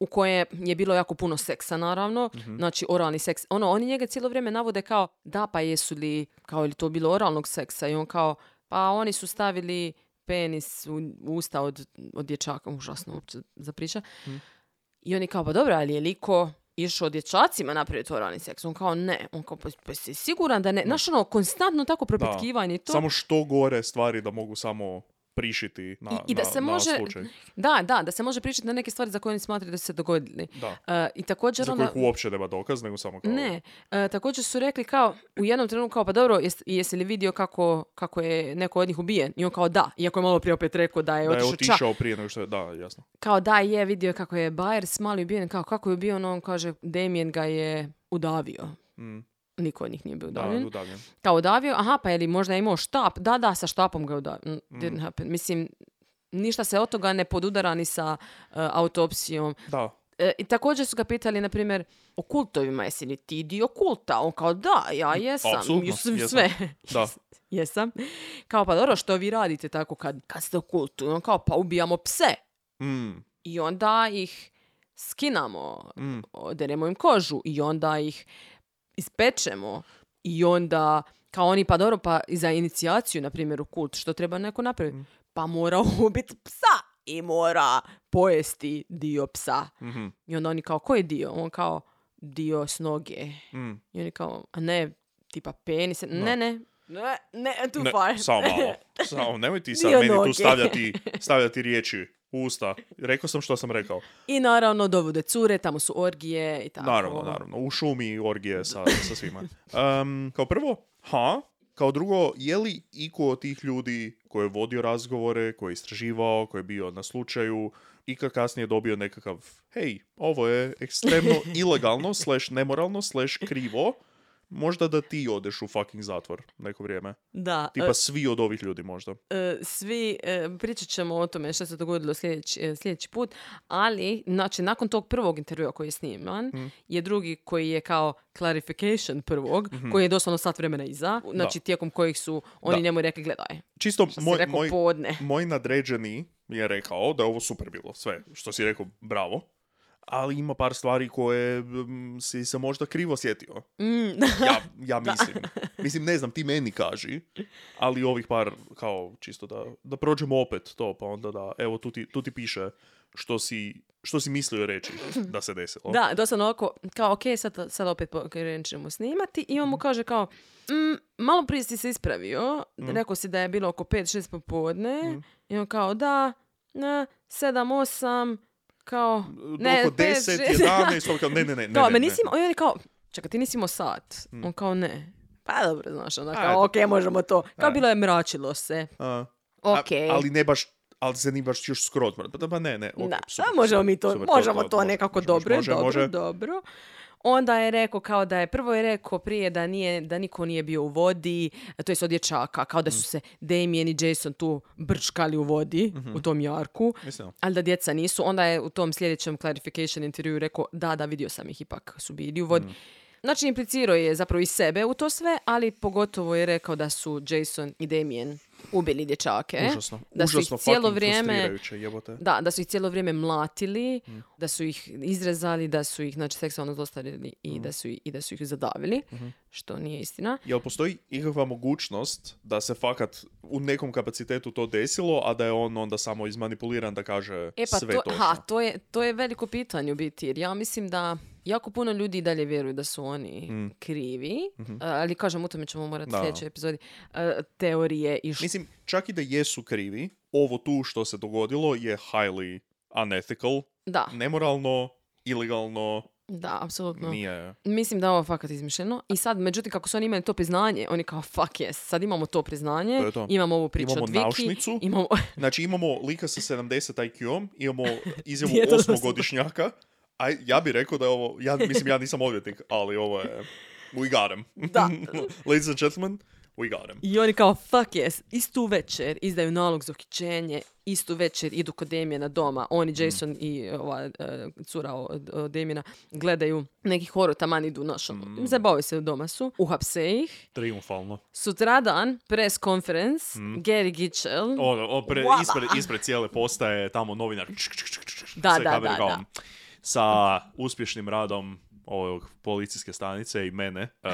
E: u koje je bilo jako puno seksa, naravno.
D: Mhm.
E: Znači, oralni seks. Ono, oni njega cijelo vrijeme navode kao, da, pa jesu li, kao, je li to bilo oralnog seksa? I on kao, pa oni su stavili penis u u usta od, od dječaka. Užasno, uopće za priča.
D: Mhm.
E: I oni kao, pa dobro, ali je liko išao dječacima napraviti oralni seks? On kao, ne. On kao, pa, pa si siguran da ne? Znaš, ono, konstantno tako propitkivanje i to.
D: Samo što gore stvari da mogu samo prišiti na,
E: I, i da
D: na-
E: se
D: na
E: može,
D: slučaj.
E: da, da, da se može pričati na neke stvari za koje oni smatraju da su se dogodili.
D: Da.
E: E, I također
D: Za
E: ona,
D: kojih uopće nema dokaz, nego samo kao...
E: ne, e, također su rekli kao, u jednom trenutku kao, pa dobro, jes- jesi li vidio kako, kako je neko od njih ubijen? I on kao da, iako je malo prije opet rekao da je
D: Da je
E: E, otišao ča.
D: otišao prije nego što je... Da, jasno.
E: Kao da je vidio kako je Byers mali ubijen, kao kako je ubijen, on kaže Damien ga je udavio.
D: Mm,
E: Niko od njih nije bio
D: da,
E: udavljen.
D: udavljen.
E: kao udavio, aha, pa je li možda imao štap? Da, da, sa štapom ga je udavio. Mm, Didn't happen. Mislim, ništa se od toga ne podudara ni sa e, autopsijom.
D: Da.
E: E, I također su ga pitali, na primjer, o kultovima, jesi li ti dio kulta? On kao, da, ja jesam.
D: apsolutno,
E: jesam
D: jesam.
E: sve.
D: Da.
E: jesam. Kao, pa dobro, što vi radite tako kad, kad ste u kultu? I on kao, pa ubijamo pse.
D: Mm,
E: I onda ih skinamo,
D: mm.
E: oderemo im kožu i onda ih ispečemo I onda, kao oni, pa dobro, pa i za inicijaciju, na primjer, u kult, što treba neko napraviti?
D: Mm.
E: Pa mora ubiti psa i mora pojesti dio psa.
D: Mhm.
E: I onda oni kao, koji dio? On kao, dio s noge.
D: Mm.
E: I oni kao, a ne, tipa penis. Ne, ne, ne, ne, too
D: Ne,
E: far.
D: samo malo. Samo, nemoj ti sad
E: Dio
D: meni tu
E: noge.
D: stavljati, stavljati riječi u usta. Rekao sam što sam rekao.
E: I naravno dovode cure, tamo su orgije i tako.
D: Naravno, naravno. U šumi orgije sa, sa svima. Em, kao prvo, ha? Kao drugo, je li iko od tih ljudi koji je vodio razgovore, koji je istraživao, koji je bio na slučaju, ikad kasnije dobio nekakav, hej, ovo je ekstremno ilegalno, slash nemoralno, slash krivo, možda da ti odeš u fucking zatvor neko vrijeme.
E: Da,
D: Tipa svi od ovih ljudi možda.
E: e, svi e, pričat ćemo o tome što se dogodilo sljedeći, e, sljedeći put, ali znači, nakon tog prvog intervjua koji je sniman
D: Mhm.
E: je drugi koji je kao clarification prvog, koji je doslovno sat vremena iza, znači tijekom kojih su oni
D: Mhm. Da.
E: njemu rekli gledaj,
D: Čisto
E: što si
D: moj,
E: rekao
D: moj,
E: podne.
D: moj nadređeni je rekao da je ovo super bilo, sve što si rekao, bravo. Ali ima par stvari koje mm, si se možda krivo sjetio.
E: Mm,
D: Ja, ja mislim. Mislim, ne znam, ti meni kaži, ali ovih par, kao, čisto da, da prođemo opet to, pa onda da, evo, tu ti, tu ti piše što si, što si mislio reći da se desilo.
E: Da, doslovno oko, kao ok, sad, sad opet po- krenemo snimati i
D: Mhm.
E: on mu kaže kao, "Mm, malo prije si se ispravio,
D: Mhm.
E: rekao si da je bilo oko 5-6 popodne i on kao da, ne, 7-8, kao, ne,
D: Oko
E: 5,
D: 10,
E: 6."
D: 11, on kao, ne, ne, ne, ne,
E: To,
D: ne,
E: me
D: ne. Mhm.
E: nisi, imao- i on je kao, čekaj, ti nisi imao sat. On kao, ne. Pa dobro, znaš, onda
D: Ajde.
E: kao, ok, možemo to. Kao bilo je mračilo se.
D: A, a-
E: Ok.
D: ali ne baš, ali se ni baš još skroz mrtva. Pa, pa ne, ne, ok,
E: Da,
D: super,
E: a možemo
D: super,
E: mi to,
D: super,
E: možemo to,
D: može,
E: nekako
D: može,
E: dobro, je,
D: može,
E: dobro,
D: može.
E: dobro. Onda je rekao kao da je, prvo je rekao prije da nije, da niko nije bio u vodi, to jest od dječaka, kao da su
D: Mm.
E: se Damien i Jason tu brčkali u vodi,
D: Mhm.
E: u tom jarku,
D: Mislim,
E: ali da djeca nisu. Onda je u tom sljedećem clarification intervju rekao da, da, vidio sam ih ipak su bili u vodi.
D: Mhm.
E: Znači, implicirao je zapravo i sebe u to sve, ali pogotovo je rekao da su Jason i Damien ubili dječake.
D: užasno.
E: E, da su
D: užasno
E: ih cijelo
D: fucking
E: vrijeme
D: frustrirajuće, jebote.
E: da, da su ih cijelo vrijeme mlatili,
D: Mm.
E: da su ih izrezali, da su ih znači, seksualno zlostavljali
D: Mm.
E: i, da su, i da su ih zadavili,
D: Mhm.
E: što nije istina.
D: Jel postoji ikakva mogućnost da se fakat u nekom kapacitetu to desilo, a da je on onda samo izmanipuliran da kaže
E: E pa
D: sve
E: to,
D: točno?
E: ha, to, je, to je veliko pitanje u biti, jer ja mislim da jako puno ljudi i dalje vjeruju da su oni krivi, ali kažem, u tome ćemo morati
D: Mm. Mhm. Da.
E: u sljedećoj epizodi, e, teorije i što.
D: Mislim, čak i da jesu krivi, ovo tu što se dogodilo je highly unethical,
E: Da,
D: nemoralno, ilegalno,
E: da, apsolutno.
D: nije...
E: Mislim da je ovo fakat izmišljeno. I sad, međutim, kako su oni imali to priznanje, oni kao, fuck yes, sad imamo to priznanje,
D: To je to.
E: imamo ovu priču
D: Imamo
E: od Viki,
D: naušnicu.
E: imamo...
D: Znači imamo lika sa 70 IQ-om, imamo izjavu
E: Dijete od
D: osmogodišnjaka, a ja bih rekao da je ovo, ja, mislim ja nisam odvjetnik, ali ovo je, we got him.
E: Da.
D: Ladies and gentlemen, we got him.
E: I oni kao, fuck yes, istu večer izdaju nalog za uhićenje, istu večer idu kod Demjena doma, oni,
D: Mhm.
E: Jason i ova e, cura od, od Damjena gledaju neki horor, taman idu naš, mm. zabavaju se doma su, uhapse ih.
D: Triumfalno.
E: Sutradan, press conference, Gary Gitchell,
D: Ono, Mhm. o, pre,
E: Uaba.
D: ispred, ispred cijele postaje tamo novinar čk, čk, čk, čk, čk,
E: Da,
D: sa
E: da, da,
D: kameragaom.
E: da.
D: sa uspješnim radom ovog policijske stanice i mene uh,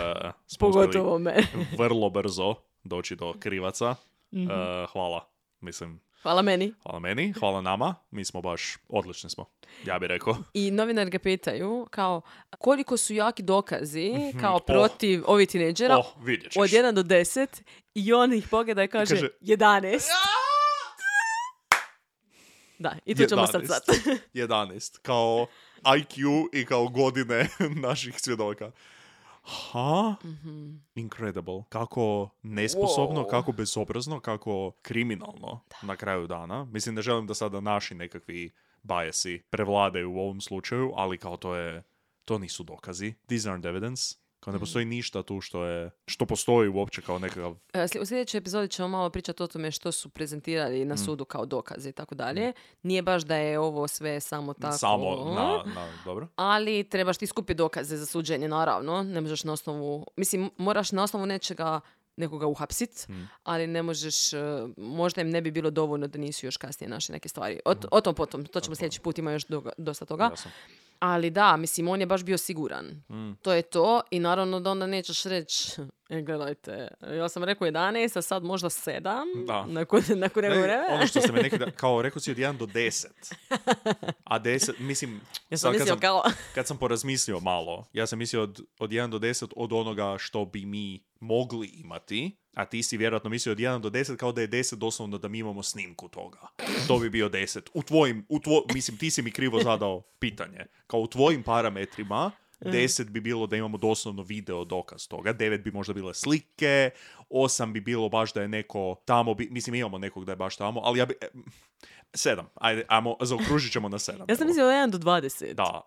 D: smo
E: pogotovo me.
D: uspjeli vrlo brzo doći do krivaca.
E: Mhm.
D: E, hvala. Mislim,
E: Hvala meni.
D: hvala meni, hvala nama. Mi smo baš odlični smo. Ja bih rekao.
E: I novinar ga pitaju kao koliko su jaki dokazi kao protiv ovih tineđera
D: Mhm. Oh, vidjet ćeš.
E: od 1 do 10 i on ih pogleda i kaže,
D: kaže,
E: 11. Da, i tu ćemo sad sad.
D: 11. Kao IQ i kao godine naših svjedoka. Ha? Incredible. Kako nesposobno,
E: Mhm. Wow.
D: kako bezobrazno, kako kriminalno na kraju dana. Mislim, ne želim da sada naši nekakvi bajesi prevladaju u ovom slučaju, ali kao to je, to nisu dokazi. These aren't evidence. Kao ne
E: Mhm.
D: postoji ništa tu što je, što postoji uopće kao nekakav
E: E, sli- U sljedećoj epizodi ćemo malo pričati o tome što su prezentirali
D: Mm.
E: na sudu kao dokaze i tako dalje. Nije baš da je ovo sve samo tako.
D: samo na, na dobro.
E: ali trebaš ti skupiti dokaze za suđenje, naravno. Ne možeš na osnovu, mislim, moraš na osnovu nečega nekoga uhapsit,
D: Mm.
E: ali ne možeš, e, možda im ne bi bilo dovoljno da nisu još kasnije naše neke stvari. O, o tom potom, to ćemo sljedeći put, ima još doga- dosta toga.
D: Mm. Jasno.
E: Ali da, mislim, on je baš bio siguran.
D: Mm.
E: To je to i naravno da onda nećeš reći, e, gledajte, ja sam rekao 11, a sad možda 7,
D: Da.
E: nakon, nakon
D: Ne,
E: nekog vremena.
D: ono što ste me neki da, kao rekao si od 1 do 10. A 10, mislim,
E: Ja
D: sad kad,
E: sam mislio
D: sam,
E: kao,
D: kad sam porazmislio malo, ja sam mislio od, od 1 do 10 od onoga što bi mi mogli imati, a ti si vjerojatno mislio od 1 do 10 kao da je 10 doslovno da mi imamo snimku toga. To bi bio 10. U tvojim, u tvo, mislim, ti si mi krivo zadao pitanje. Kao u tvojim parametrima,
E: E.
D: 10 bi bilo da imamo doslovno video dokaz toga, 9 bi možda bile slike, 8 bi bilo baš da je neko tamo, bi, mislim imamo nekog da je baš tamo, ali ja bi... 7, ajde, ajmo, zaokružit ćemo na 7.
E: ja sam mislio od 1 do 20.
D: Da.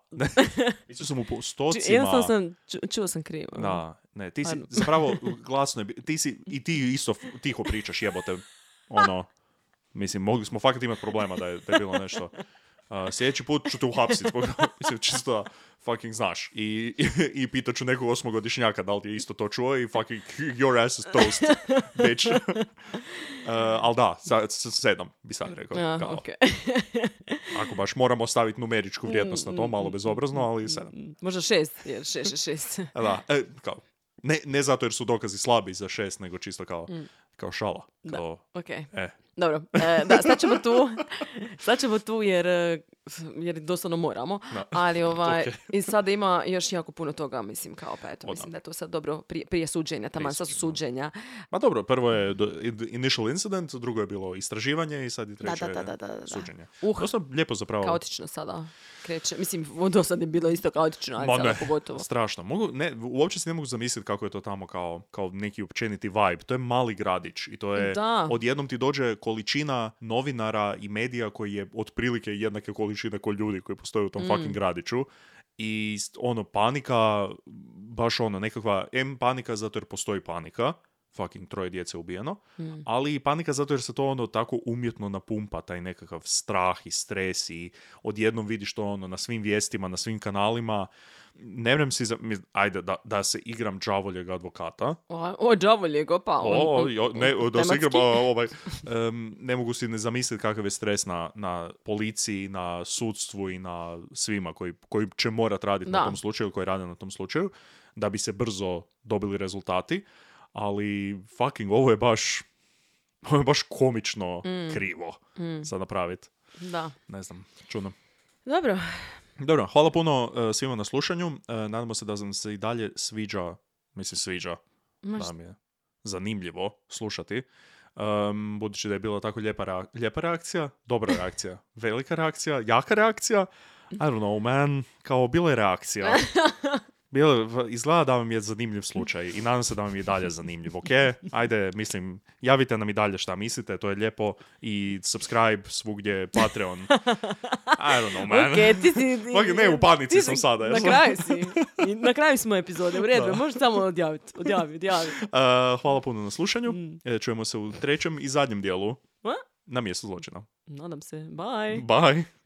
D: Mislio sam u postocima.
E: Či- jednostavno sam, ču- čuo sam krivo.
D: Da, ne, ti si,
E: Ajmo.
D: zapravo, glasno je, bi- ti si, i ti isto f- tiho pričaš, jebote, ono, mislim, mogli smo fakat imati problema da je, da je bilo nešto. Uh, sljedeći put ću te uhapsit, zbog- mislim, čisto da fucking znaš. I, i, i pitat ću nekog osmogodišnjaka da li ti je isto to čuo i fucking your ass is toast, bitch. uh, ali da, sa, sa sedam bi sad rekao.
E: A,
D: kao,
E: okej.
D: Ako baš moramo staviti numeričku vrijednost na
E: Mm,
D: to, malo bezobrazno, ali sedam.
E: Možda 6, jer 6 je 6.
D: Da, e, kao, ne, ne zato jer su dokazi slabi za šest, nego čisto kao, kao šala.
E: Mm. Da.
D: Kao,
E: Okej.
D: e,
E: Dobro, e, da, stat ćemo tu, stat ćemo tu jer, e, jer doslovno moramo,
D: Da.
E: ali ovaj,
D: Ok.
E: i sada ima još jako puno toga, mislim, kao pa eto,
D: O,
E: mislim da je to sad dobro prije, prije suđenja, taman sad su suđenja,
D: ma dobro, prvo je do- i- initial incident, drugo je bilo istraživanje i sad i
E: da,
D: treće
E: da, da, da, da, da.
D: suđenje.
E: Uh.
D: Dosta lijepo zapravo.
E: kaotično sada kreće, mislim, do sad je bilo isto kaotično, ali
D: Ma
E: sada
D: ne,
E: pogotovo.
D: strašno. Mogu, ne, uopće se ne mogu zamisliti kako je to tamo kao, kao neki općeniti vibe. To je mali gradić i to je,
E: Da.
D: odjednom ti dođe količina novinara i medija koji je otprilike jednake količine koji ljudi koji postoje u tom
E: Mm.
D: fucking gradiću. I st- ono, panika, baš ono, nekakva, M panika zato jer postoji panika, fucking troje djece ubijeno, ali i panika zato jer se to ono tako umjetno napumpa, taj nekakav strah i stres i odjednom vidiš to ono na svim vijestima, na svim kanalima. Ne vrem si, za, mi- ajde, da, da se igram đavoljeg advokata,
E: O, Ovaj, o đavoljeg, opa. on-
D: o,
E: on-
D: jo, ne,
E: on-
D: da se igram,
E: tematski.
D: a, ovaj, em, ne mogu si ne zamisliti kakav je stres na, na policiji, na sudstvu i na svima koji, koji će morat raditi na
E: Da.
D: tom slučaju, koji rade na tom slučaju, da bi se brzo dobili rezultati, ali fucking ovo je baš, ovo je baš komično
E: Mm.
D: krivo za napraviti.
E: Da.
D: Ne znam, čudno.
E: Dobro,
D: Dobro, hvala puno e, svima na slušanju. E, nadamo se da vam se i dalje sviđa, mislim sviđa,
E: Ma
D: da mi je zanimljivo slušati. Em, budući da je bila tako lijepa, rea- lijepa reakcija, dobra reakcija, velika reakcija, jaka reakcija. I don't know, man. Kao, bila je reakcija. Bilo, je- v- izgleda da vam je zanimljiv slučaj i nadam se da vam je i dalje zanimljiv, ok? Ajde, mislim, javite nam i dalje šta mislite, to je lijepo i subscribe svugdje, Patreon. I don't know, man.
E: Ok, ti si...
D: Fuck, ne, u panici
E: ti si-
D: sam sada,
E: Na
D: jesam.
E: kraju si. I Na kraju smo epizode, u redu,
D: Da.
E: možeš samo odjaviti. Odjavi, odjavi.
D: E, hvala puno na slušanju. E, čujemo se u trećem i zadnjem dijelu
E: Ma?
D: na mjestu zločina.
E: Nadam se. Bye.
D: Bye!